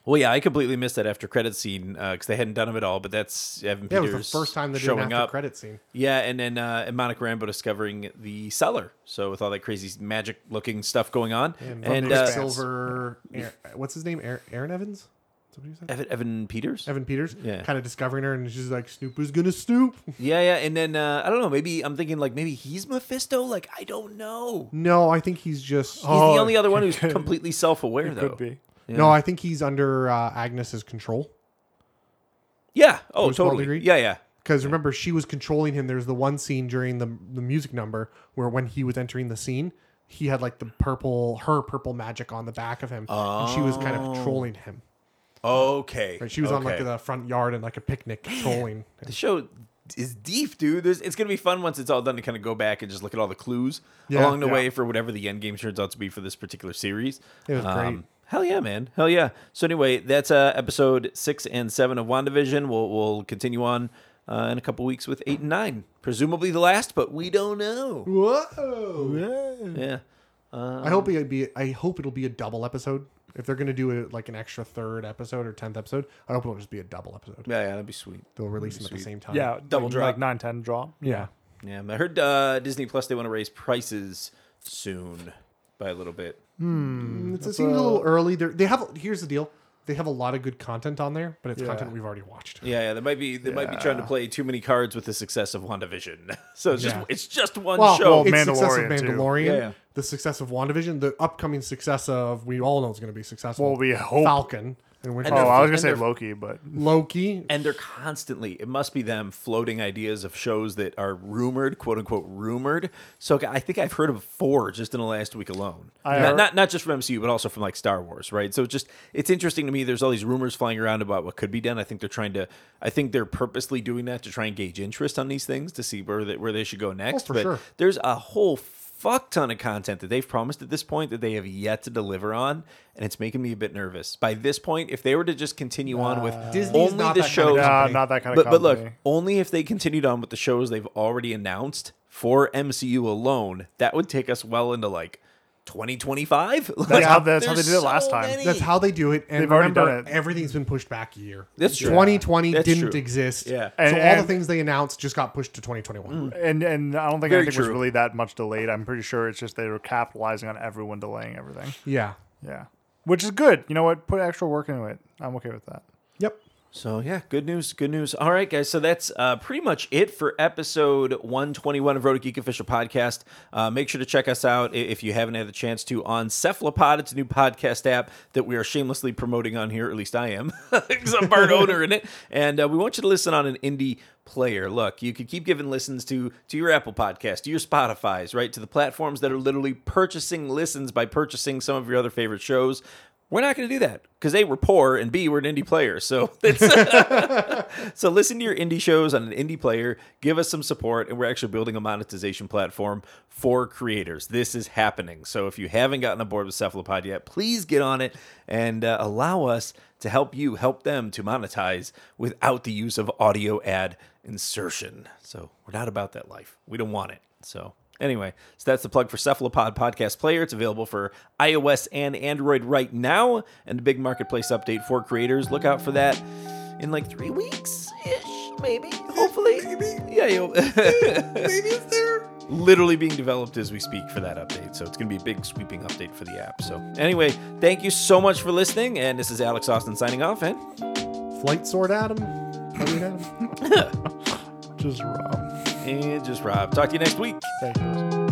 B: Well, yeah, I completely missed that after credit scene because they hadn't done them at all. But that's Evan
C: Yeah, it
B: Peters
C: was the first time they did an
B: showing
C: after
B: up.
C: credit scene.
B: Yeah, and then uh, and Monica Rambo discovering the cellar. So with all that crazy magic looking stuff going on,
C: And,
B: and,
C: from
B: uh,
C: Silver, Aar- what's his name? Aar- Aaron Evans. Is that what you said?
B: Evan, Evan Peters.
C: Evan Peters.
B: Yeah.
C: Kind of discovering her, and she's like, "Snoop is gonna snoop."
B: Yeah, yeah, and then uh, I don't know. Maybe I'm thinking like maybe he's Mephisto. Like I don't know.
C: No, I think he's just.
B: He's
A: Oh,
B: the only other one
A: it
B: who's
A: could-
B: completely self aware though.
A: Could be.
C: No, I think he's under uh, Agnes's control.
B: Yeah. Oh,
C: To a small
B: totally.
C: degree.
B: Yeah, yeah.
C: Because remember, she was controlling him. There's the one scene during the the music number where when he was entering the scene, he had like the purple, her purple magic on the back of him, and she was kind of controlling him.
B: Okay.
C: Right? She was on like
B: okay.
C: the front yard and like a picnic trolling.
B: The show is deep, dude. There's, it's gonna be fun once it's all done to kind of go back and just look at all the clues
C: Yeah,
B: along the
C: yeah.
B: way for whatever the end game turns out to be for this particular series. Um,
C: It was great.
B: Hell yeah, man. Hell yeah. So anyway, that's uh, episode six and seven of Wandavision. We'll we'll continue on uh, in a couple weeks with eight and nine, presumably the last, but we don't know.
C: Whoa!
B: Yeah. Uh,
C: I
B: Um,
C: hope it be. I hope it'll be a double episode. If they're gonna do it like an extra third episode or tenth episode, I hope it'll just be a double episode.
B: Yeah, yeah, that'd be sweet.
C: They'll release them at the same time.
A: Yeah,
B: Double
A: like,
B: drop.
A: like nine, ten drop.
C: yeah.
B: Yeah, I heard uh, Disney Plus they want to raise prices soon by a little bit.
C: Mm, It's, it seems a little early. They're, they have. Here's the deal. They have a lot of good content on there, but it's
A: Yeah.
C: content we've already watched.
B: Yeah, yeah, they might be they might be trying to play too many cards with the success of WandaVision. So it's
C: Yeah.
B: just it's just one
C: Well,
B: show.
A: well,
C: it's success of
A: Mandalorian, too.
C: Mandalorian,
B: Yeah, yeah.
C: the success of WandaVision, the upcoming success of we all know is going to be successful.
A: Well, we hope.
C: Falcon and Winter
A: Oh,
B: they're-
A: I was gonna
B: and
A: say
B: they're-
A: Loki, but
C: Loki.
B: and they're constantly it must be them floating ideas of shows that are rumored, quote unquote rumored. So I think I've heard of four just in the last week alone.
A: I
B: not,
A: heard-
B: not not just from MCU, but also from like Star Wars, right? So it's just it's interesting to me. There's all these rumors flying around about what could be done. I think they're trying to. I think they're purposely doing that to try and gauge interest on these things to see where they, where they should go next.
C: for
B: but
C: sure.
B: there's a whole fuck ton of content that they've promised at this point that they have yet to deliver on, and it's making me a bit nervous. By this point, if they were to just continue on with
C: Disney's
B: only
C: not
B: the
C: that kind of
B: shows,
A: nah, not that kind
B: but,
A: of.
B: but
A: Company.
B: look, only if they continued on with the shows they've already announced for MCU alone, that would take us well into like 2025. Like,
A: how- that's how they
B: there's
A: did it last time.
B: many.
C: That's how they do it. And
A: They've already
C: remember,
A: done it.
C: everything's been pushed back a year.
B: That's true.
C: 2020
B: That's
C: didn't
B: true.
C: exist.
B: Yeah. Mm.
A: And-
C: so all the
A: and-
C: things they announced just got pushed to 2021.
A: and and I don't think
B: Very
A: anything was
B: true.
A: really that much delayed. I'm pretty sure it's just they were capitalizing on everyone delaying everything.
C: Yeah.
A: Yeah. which is good. You know what? Put extra work into it. I'm okay with that.
C: Yep.
B: So yeah, good news, good news. All right, guys. So that's uh, pretty much it for episode 121 of Roto Geek Official Podcast. Uh, make sure to check us out i- if you haven't had the chance to on Cephalopod. It's a new podcast app that we are shamelessly promoting on here. At least I am, because I'm part owner in it. And uh, we want you to listen on an indie player. Look, you could keep giving listens to to your Apple Podcast, to your Spotify's, right, to the platforms that are literally purchasing listens by purchasing some of your other favorite shows. We're not going to do that because A, we're poor, and B, we're an indie player. So it's so listen to your indie shows on an indie player. Give us some support, and we're actually building a monetization platform for creators. This is happening. So if you haven't gotten aboard with Cephalopod yet, please get on it and uh, allow us to help you help them to monetize without the use of audio ad insertion. So we're not about that life. We don't want it. So Anyway, so that's the plug for Cephalopod Podcast Player. It's available for iOS and Android right now, and a big marketplace update for creators. Look out for that in like three weeks ish, maybe, hopefully. Yeah, you'll
C: Maybe it's there.
B: literally being developed as we speak for that update. So it's going to be a big sweeping update for the app. So, anyway, thank you so much for listening. And this is Alex Austin signing off. And
C: Flight sword Adam. Are we Adam?
A: Just Rob.
B: and just Rob. Talk to you next week.
A: Thank you.